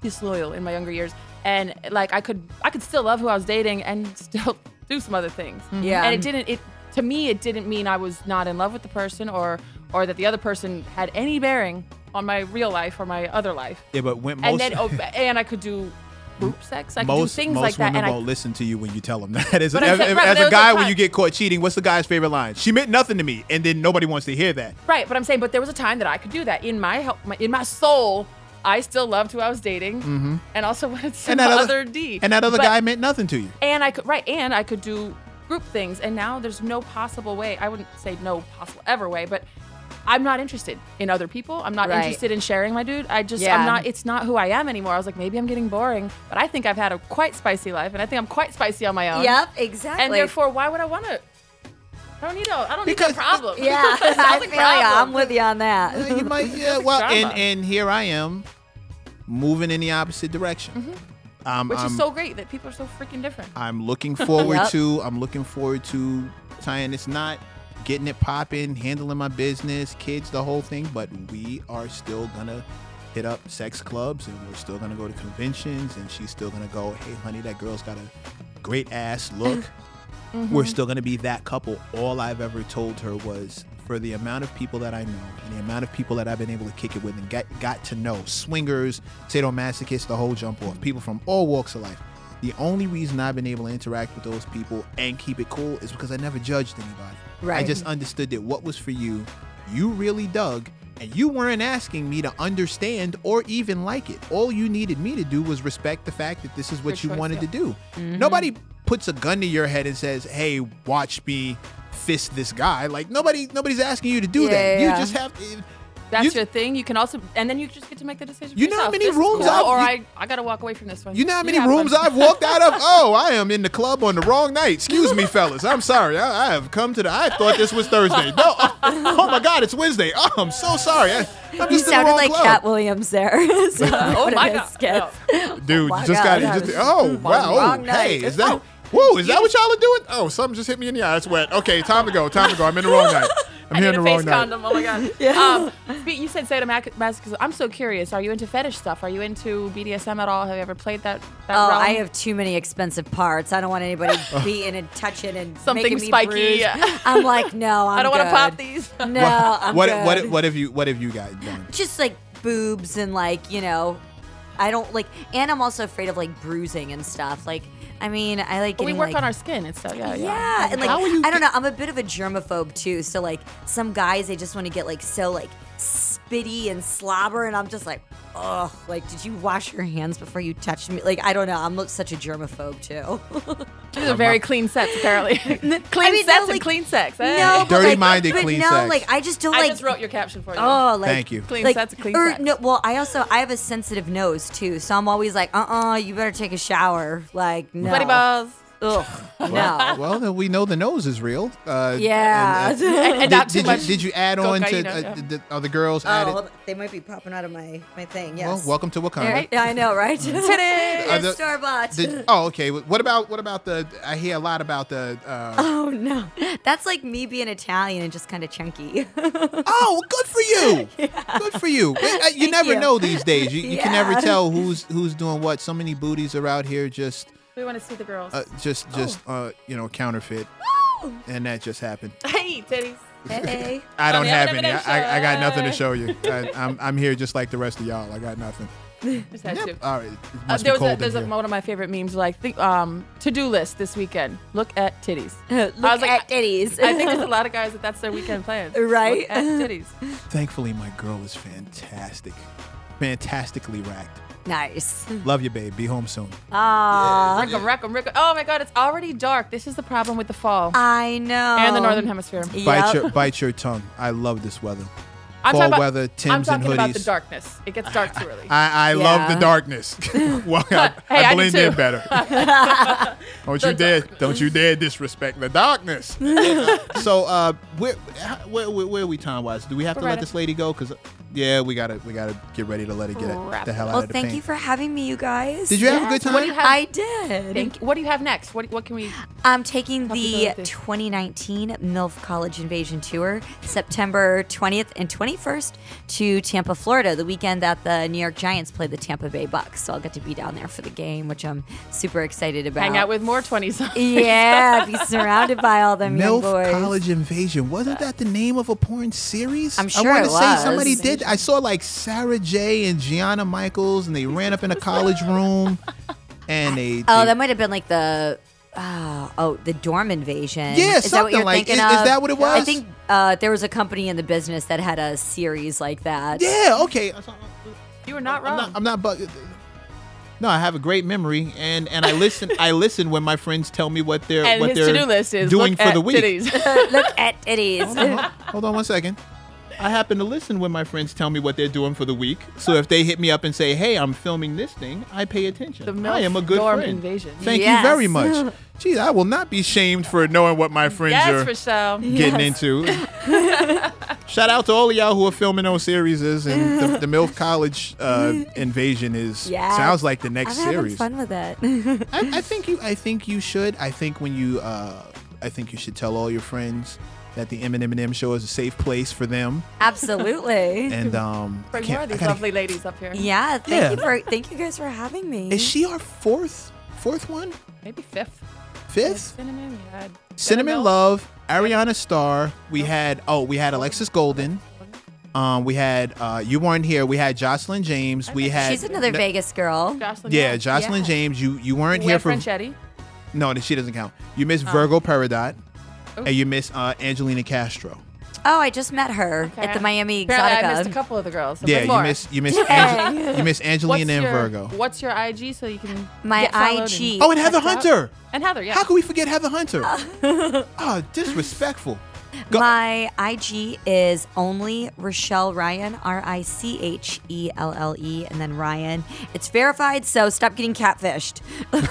Speaker 3: disloyal in my younger years. And like I could I could still love who I was dating and still do some other things.
Speaker 4: Yeah.
Speaker 3: And it didn't it to me it didn't mean I was not in love with the person or or that the other person had any bearing on my real life or my other life.
Speaker 2: yeah, but when most
Speaker 3: and then oh, and I could do group sex. I could
Speaker 2: most
Speaker 3: do things
Speaker 2: most
Speaker 3: like that.
Speaker 2: women
Speaker 3: And I,
Speaker 2: won't listen to you when you tell them that. As,
Speaker 3: But I'm
Speaker 2: as-
Speaker 3: saying-
Speaker 2: as
Speaker 3: right, but there
Speaker 2: a
Speaker 3: was a
Speaker 2: guy, when
Speaker 3: time-
Speaker 2: you get caught cheating, what's the guy's favorite line? She meant nothing to me, and then nobody wants to hear that.
Speaker 3: Right, but I'm saying, but there was a time that I could do that in my, hel- my in my soul. I still loved who I was dating, mm-hmm. and also wanted some
Speaker 2: And that
Speaker 3: other, D.
Speaker 2: and that other
Speaker 3: But-
Speaker 2: guy meant nothing to you.
Speaker 3: and I could right, and I could do group things. And now there's no possible way. I wouldn't say no possible ever way, but I'm not interested in other people. I'm not
Speaker 4: Right.
Speaker 3: interested in sharing my dude. I just
Speaker 4: Yeah.
Speaker 3: I'm not. It's not who I am anymore. I was like, maybe I'm getting boring, but I think I've had a quite spicy life, and I think I'm quite spicy on my own.
Speaker 4: Yep, exactly.
Speaker 3: And therefore, why would I want to? I don't need a. I don't need
Speaker 2: Because-
Speaker 3: a problem.
Speaker 4: yeah,
Speaker 3: It's not
Speaker 4: I
Speaker 3: a
Speaker 4: feel you.
Speaker 3: problem.
Speaker 4: I'm with you on that.
Speaker 2: you might, yeah. Well, and,
Speaker 3: drama.
Speaker 2: and here I am, moving in the opposite direction. Um,
Speaker 3: Mm-hmm. Which
Speaker 2: I'm,
Speaker 3: is so great that people are so freaking different.
Speaker 2: I'm looking forward
Speaker 4: Yep.
Speaker 2: to. I'm looking forward to tying this knot, getting it popping, handling my business, kids, the whole thing. But we are still gonna hit up sex clubs, and we're still gonna go to conventions, and she's still gonna go. Hey, honey, that girl's got a great ass look. We're still gonna be that couple. All I've ever told her was. For the amount of people that I know and the amount of people that I've been able to kick it with and got, got to know, swingers, sadomasochists, the whole jump off, people from all walks of life, the only reason I've been able to interact with those people and keep it cool is because I never judged anybody. I
Speaker 4: Right.
Speaker 2: just understood that what was for you, you really dug, and you weren't asking me to understand or even like it. All you needed me to do was respect the fact that this is what you
Speaker 3: Your choice,
Speaker 2: wanted
Speaker 3: yeah.
Speaker 2: to do.
Speaker 4: Mm-hmm.
Speaker 2: Nobody puts a gun to your head and says, "Hey, watch me fist this guy." Like nobody, nobody's asking you to do
Speaker 4: Yeah,
Speaker 2: that.
Speaker 4: yeah,
Speaker 2: you
Speaker 4: yeah.
Speaker 2: just have. To,
Speaker 3: That's
Speaker 2: you,
Speaker 3: your thing. You can also, and then you just get to make the decision.
Speaker 2: You
Speaker 3: for
Speaker 2: know how
Speaker 3: yourself.
Speaker 2: many
Speaker 3: This is
Speaker 2: rooms
Speaker 3: cool,
Speaker 2: I've-
Speaker 3: or
Speaker 2: you-
Speaker 3: I, I gotta walk away from this one.
Speaker 2: You know how many
Speaker 3: have
Speaker 2: rooms
Speaker 3: fun.
Speaker 2: I've walked out of? Oh, I am in the club on the wrong night. Excuse me, fellas. I'm sorry. I, I have come to the. I thought this was Thursday. No. Oh, oh my God, it's Wednesday. Oh, I'm so sorry. I, I'm
Speaker 4: You
Speaker 2: just in the
Speaker 4: sounded
Speaker 2: wrong
Speaker 4: like
Speaker 2: club.
Speaker 4: Cat Williams there. so
Speaker 3: Oh my
Speaker 4: his
Speaker 3: God.
Speaker 4: skits.
Speaker 2: Dude,
Speaker 4: Oh my
Speaker 2: you just got
Speaker 4: God.
Speaker 2: to Just, oh wow.
Speaker 4: wrong
Speaker 2: Oh,
Speaker 4: night.
Speaker 2: hey, is that? Whoa, is that what y'all are doing? Oh, something just hit me in the eye. It's wet. Okay, time to go. Time to go. I'm in the wrong night. I'm
Speaker 3: I
Speaker 2: here in
Speaker 3: need
Speaker 2: the
Speaker 3: a
Speaker 2: wrong
Speaker 3: face
Speaker 2: night.
Speaker 3: condom. Oh my god. yeah. Um, spe- you said sadomasochism. I'm so curious. Are you into fetish stuff? Are you into BDSM at all? Have you ever played that? that
Speaker 4: Oh,
Speaker 3: realm?
Speaker 4: I have too many expensive parts. I don't want anybody beating and touching and
Speaker 3: Something
Speaker 4: making me
Speaker 3: spiky.
Speaker 4: bruised. I'm like, no, I'm
Speaker 3: I don't want to
Speaker 4: good.
Speaker 3: pop these.
Speaker 4: No, I'm
Speaker 2: what,
Speaker 4: good.
Speaker 2: what, what have you? What have you guys done?
Speaker 4: Just like boobs and like you know, I don't like, and I'm also afraid of like bruising and stuff. Like, I mean, I like.
Speaker 3: we
Speaker 4: Getting,
Speaker 3: work
Speaker 4: like-
Speaker 3: on our skin. It's so yeah.
Speaker 4: Yeah,
Speaker 3: Yeah.
Speaker 4: and like I don't know, I'm a bit of a germaphobe too. So like some guys, they just want to get like so like spitty and slobber, and I'm just like, ugh. Like, did you wash your hands before you touched me? Like, I don't know. I'm such a germaphobe too.
Speaker 3: These are very clean sets apparently. clean
Speaker 4: I mean, no,
Speaker 3: sets and
Speaker 4: like-
Speaker 3: clean sex. eh?
Speaker 4: No, but, like,
Speaker 2: Dirty-minded
Speaker 4: but
Speaker 2: clean
Speaker 4: no,
Speaker 2: sex.
Speaker 4: like I just don't
Speaker 3: I
Speaker 4: like.
Speaker 3: just wrote your caption for you.
Speaker 4: oh, like
Speaker 2: Thank you.
Speaker 3: Clean
Speaker 4: like,
Speaker 3: sets, clean
Speaker 4: or,
Speaker 3: sex.
Speaker 4: No, well, I also I have a sensitive nose too, so I'm always like, uh, uh you better take a shower. Like, no,
Speaker 3: Sweaty balls.
Speaker 4: Ugh,
Speaker 2: Well,
Speaker 4: no,
Speaker 2: well, then we know the nose is real. Uh,
Speaker 4: yeah.
Speaker 2: and, uh,
Speaker 3: And, and
Speaker 2: did,
Speaker 3: not too
Speaker 2: did
Speaker 3: much.
Speaker 2: You, did you add on
Speaker 3: cocaine,
Speaker 2: to uh,
Speaker 3: yeah.
Speaker 2: the, other girls?
Speaker 4: oh,
Speaker 2: added?
Speaker 4: hold on. they might be popping out of my my thing. Yes.
Speaker 2: Well, welcome to Wakanda.
Speaker 4: Right? Mm-hmm. Yeah, I know, right?
Speaker 2: Are
Speaker 4: Today,
Speaker 2: the-
Speaker 4: store bought.
Speaker 2: Did- oh, okay. What about what about the? I hear a lot about the. Uh,
Speaker 4: oh no, that's like me being Italian and just kind of chunky.
Speaker 2: oh, good for you. Good for you. Uh, uh, You never
Speaker 4: you.
Speaker 2: know these days. You, you can never
Speaker 4: Yeah.
Speaker 2: tell who's who's doing what. So many booties are out here just
Speaker 3: We want to see the girls.
Speaker 2: uh, just
Speaker 3: Oh.
Speaker 2: just uh, you know counterfeit, and that just happened.
Speaker 3: hey, titties.
Speaker 4: Hey.
Speaker 2: I don't
Speaker 3: the
Speaker 2: have
Speaker 3: other
Speaker 2: any.
Speaker 3: evidence,
Speaker 2: I, I, I got nothing to
Speaker 3: uh,
Speaker 2: show you. I, I'm I'm here just like the rest of y'all. I got nothing.
Speaker 3: Just had to.
Speaker 2: Yep. All right. It
Speaker 3: Uh,
Speaker 2: must be
Speaker 3: there was
Speaker 2: cold
Speaker 3: a,
Speaker 2: in
Speaker 3: there's a,
Speaker 2: here.
Speaker 3: one of my favorite memes like think, um, to-do list this weekend. Look at titties.
Speaker 4: Look
Speaker 3: I was like,
Speaker 4: at titties.
Speaker 3: I think there's a lot of guys that that's their weekend plan.
Speaker 4: Right?
Speaker 3: Look at titties.
Speaker 2: Thankfully, my girl is fantastic, fantastically racked.
Speaker 4: nice.
Speaker 3: Mm.
Speaker 2: Love you, babe. Be home soon.
Speaker 3: Uh,
Speaker 4: Aw.
Speaker 3: Rick 'em, rick 'em, rick 'em. Oh my God, it's already dark. This is the problem with the fall
Speaker 4: I know.
Speaker 3: and the northern hemisphere.
Speaker 2: Bite
Speaker 4: Yep.
Speaker 2: your bite your tongue. I love this weather.
Speaker 3: I'm
Speaker 2: Fall
Speaker 3: talking about,
Speaker 2: weather,
Speaker 3: I'm
Speaker 2: Timbs and
Speaker 3: talking about the
Speaker 2: hoodies.
Speaker 3: darkness. It gets dark too early.
Speaker 2: I, I love the
Speaker 4: Yeah.
Speaker 2: darkness. well, I,
Speaker 3: Hey, I
Speaker 2: I
Speaker 3: do
Speaker 2: blend
Speaker 3: too.
Speaker 2: in better. don't you dare! Don't you dare disrespect the darkness. so, uh, where, how- where, where, where are we time wise? Do we have to
Speaker 3: We're
Speaker 2: let
Speaker 3: right
Speaker 2: this lady go? Cause yeah, we gotta we gotta get ready to let her get it,
Speaker 3: Wrap
Speaker 2: the hell out
Speaker 4: Well,
Speaker 2: of the
Speaker 4: thank
Speaker 2: paint.
Speaker 4: you for having me, you guys.
Speaker 2: Did you have a good
Speaker 3: What
Speaker 2: time?
Speaker 3: do you have?
Speaker 4: I did.
Speaker 3: Thank- what do you have next? What, what can we?
Speaker 4: I'm taking the
Speaker 3: Happy birthday.
Speaker 4: 2019 MILF College Invasion Tour, September 20th and 21st to Tampa, Florida, the weekend that the New York Giants play the Tampa Bay Bucks. So I'll get to be down there for the game, which I'm super excited about.
Speaker 3: Hang out with more 20s.
Speaker 4: Yeah, be surrounded by all them young
Speaker 2: MILF
Speaker 4: boys.
Speaker 2: College Invasion. Wasn't that the name of a porn series?
Speaker 4: I'm sure
Speaker 2: I wanna
Speaker 4: it
Speaker 2: say
Speaker 4: was.
Speaker 2: somebody did. I saw like Sarah J and Gianna Michaels, and they ran up in a college room, and they.
Speaker 4: Oh,
Speaker 2: they-
Speaker 4: that might have been like the uh, oh the dorm
Speaker 2: Yeah,
Speaker 4: invasion. is that what
Speaker 2: something
Speaker 4: you're
Speaker 2: like-
Speaker 4: thinking
Speaker 2: is- is
Speaker 4: of?
Speaker 2: that what it
Speaker 4: I
Speaker 2: was?
Speaker 4: think uh, there was a company in the business that had a series like that.
Speaker 2: yeah. Okay.
Speaker 3: You were not
Speaker 2: I'm
Speaker 3: wrong.
Speaker 2: not. I'm not bu- no, I have a great memory, and and I listen. I listen when my friends tell me what they're
Speaker 3: and
Speaker 2: what
Speaker 3: his
Speaker 2: they're
Speaker 3: to-do list is
Speaker 2: doing
Speaker 3: look
Speaker 2: for
Speaker 3: at
Speaker 2: the week.
Speaker 3: titties.
Speaker 4: Look
Speaker 2: Uh-huh.
Speaker 4: at titties.
Speaker 2: Hold on one second. I happen to listen when my friends tell me what they're doing for the week. So if they hit me up and say, "Hey, I'm filming this thing," I pay attention.
Speaker 3: The
Speaker 2: I
Speaker 3: MILF
Speaker 2: am a good
Speaker 3: dorm
Speaker 2: friend.
Speaker 3: invasion.
Speaker 2: Thank
Speaker 4: Yes.
Speaker 2: you very much. Gee, I will not be shamed for knowing what my friends
Speaker 3: yes,
Speaker 2: are
Speaker 3: Rochelle.
Speaker 2: getting into. Shout out to all of y'all who are filming those series, and the, the MILF College uh, invasion is
Speaker 4: Yes.
Speaker 2: sounds like the next
Speaker 4: I'm having
Speaker 2: series.
Speaker 4: fun with it.
Speaker 2: I, I think you. I think you should. I think when you. Uh, I think you should tell all your friends that the M and M show is a safe place for them.
Speaker 4: Absolutely.
Speaker 2: And um, I
Speaker 3: Bring
Speaker 2: can't-
Speaker 3: more of
Speaker 2: I
Speaker 3: these
Speaker 2: gotta-
Speaker 3: lovely ladies up here.
Speaker 4: Yeah. Thank
Speaker 2: Yeah.
Speaker 4: you for thank you guys for having me.
Speaker 2: Is she our fourth? Fourth one?
Speaker 3: Maybe fifth.
Speaker 2: Fifth?
Speaker 3: Cinnamon. We had
Speaker 2: Cinnamon Love, Ariana Starr. We had oh, we had Alexis Golden. Um, we had uh, you weren't here. We had Jocelyn James. We had
Speaker 4: She's another
Speaker 2: no-
Speaker 4: Vegas girl.
Speaker 3: Jocelyn.
Speaker 2: Yeah,
Speaker 3: Love.
Speaker 2: Jocelyn
Speaker 3: Yeah.
Speaker 2: James. You you weren't
Speaker 3: We
Speaker 2: here
Speaker 3: had
Speaker 2: for
Speaker 3: Franchetti.
Speaker 2: no. She doesn't count. You missed Virgo Peridot,
Speaker 3: Oh.
Speaker 2: and you miss uh, Angelina Castro.
Speaker 4: Oh, I just met her at the Miami
Speaker 3: Apparently I missed a
Speaker 4: Exotica.
Speaker 3: couple of the girls. So
Speaker 2: Yeah,
Speaker 3: bring more.
Speaker 2: you miss you miss
Speaker 4: Dang.
Speaker 2: Ange- you miss
Speaker 3: What's
Speaker 2: Angelina and
Speaker 3: your-
Speaker 2: Virgo.
Speaker 3: What's your IG so you can
Speaker 4: My
Speaker 3: get followed and-
Speaker 4: IG.
Speaker 2: Oh, and Heather
Speaker 3: Check it out.
Speaker 2: Hunter.
Speaker 3: and Heather? Yeah.
Speaker 2: How could we forget Heather Hunter? oh, disrespectful. Go-
Speaker 4: My IG is only Rochelle Ryan, R I C H E L L E, and then Ryan. It's verified, so stop getting catfished.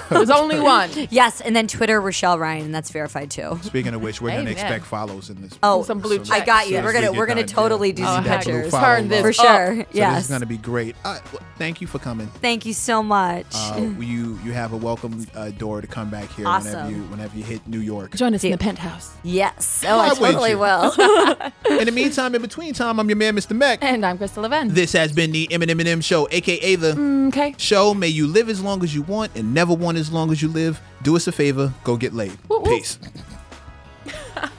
Speaker 3: There's only one. Oh,
Speaker 4: yes, and then Twitter, Rochelle Ryan, and that's verified too.
Speaker 2: Speaking of which, we're gonna
Speaker 3: Amen.
Speaker 2: expect follows in this.
Speaker 4: Oh,
Speaker 3: Some blue
Speaker 2: so-
Speaker 4: I got
Speaker 2: so
Speaker 4: you.
Speaker 2: as
Speaker 4: We're
Speaker 2: we
Speaker 4: gonna
Speaker 2: get
Speaker 4: we're gonna
Speaker 2: done, yeah.
Speaker 4: totally do
Speaker 2: We
Speaker 3: Oh,
Speaker 4: some
Speaker 2: need that blue
Speaker 3: heck.
Speaker 4: pictures
Speaker 2: follow
Speaker 3: Turn this
Speaker 2: up.
Speaker 3: up.
Speaker 4: for sure.
Speaker 3: So
Speaker 2: So this
Speaker 4: yes.
Speaker 2: is gonna be great. Uh, well, thank you for coming.
Speaker 4: Thank you so much.
Speaker 2: Uh, you you have a welcome uh, door to come back here whenever
Speaker 4: Awesome.
Speaker 2: you whenever you hit New York.
Speaker 3: Join us in the penthouse.
Speaker 4: yes. Oh, I
Speaker 2: Why would
Speaker 4: totally
Speaker 2: you?
Speaker 4: will.
Speaker 2: In the meantime, in between time, I'm your man, Mr. Mac.
Speaker 3: And I'm Crystal Levin.
Speaker 2: This has been the Eminem and M Show, aka the
Speaker 3: Okay.
Speaker 2: Show. May you live as long as you want and never want as long as you live. Do us a favor, go get laid.
Speaker 3: Whoop, whoop.
Speaker 2: Peace.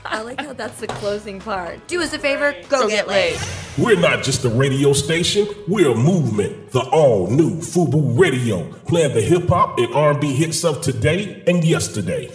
Speaker 4: I like how that's the closing part. Do us a favor, go, get laid.
Speaker 1: We're not just a radio station, we're a movement. The all new FUBU Radio, playing the hip hop and R&B hits of today and yesterday.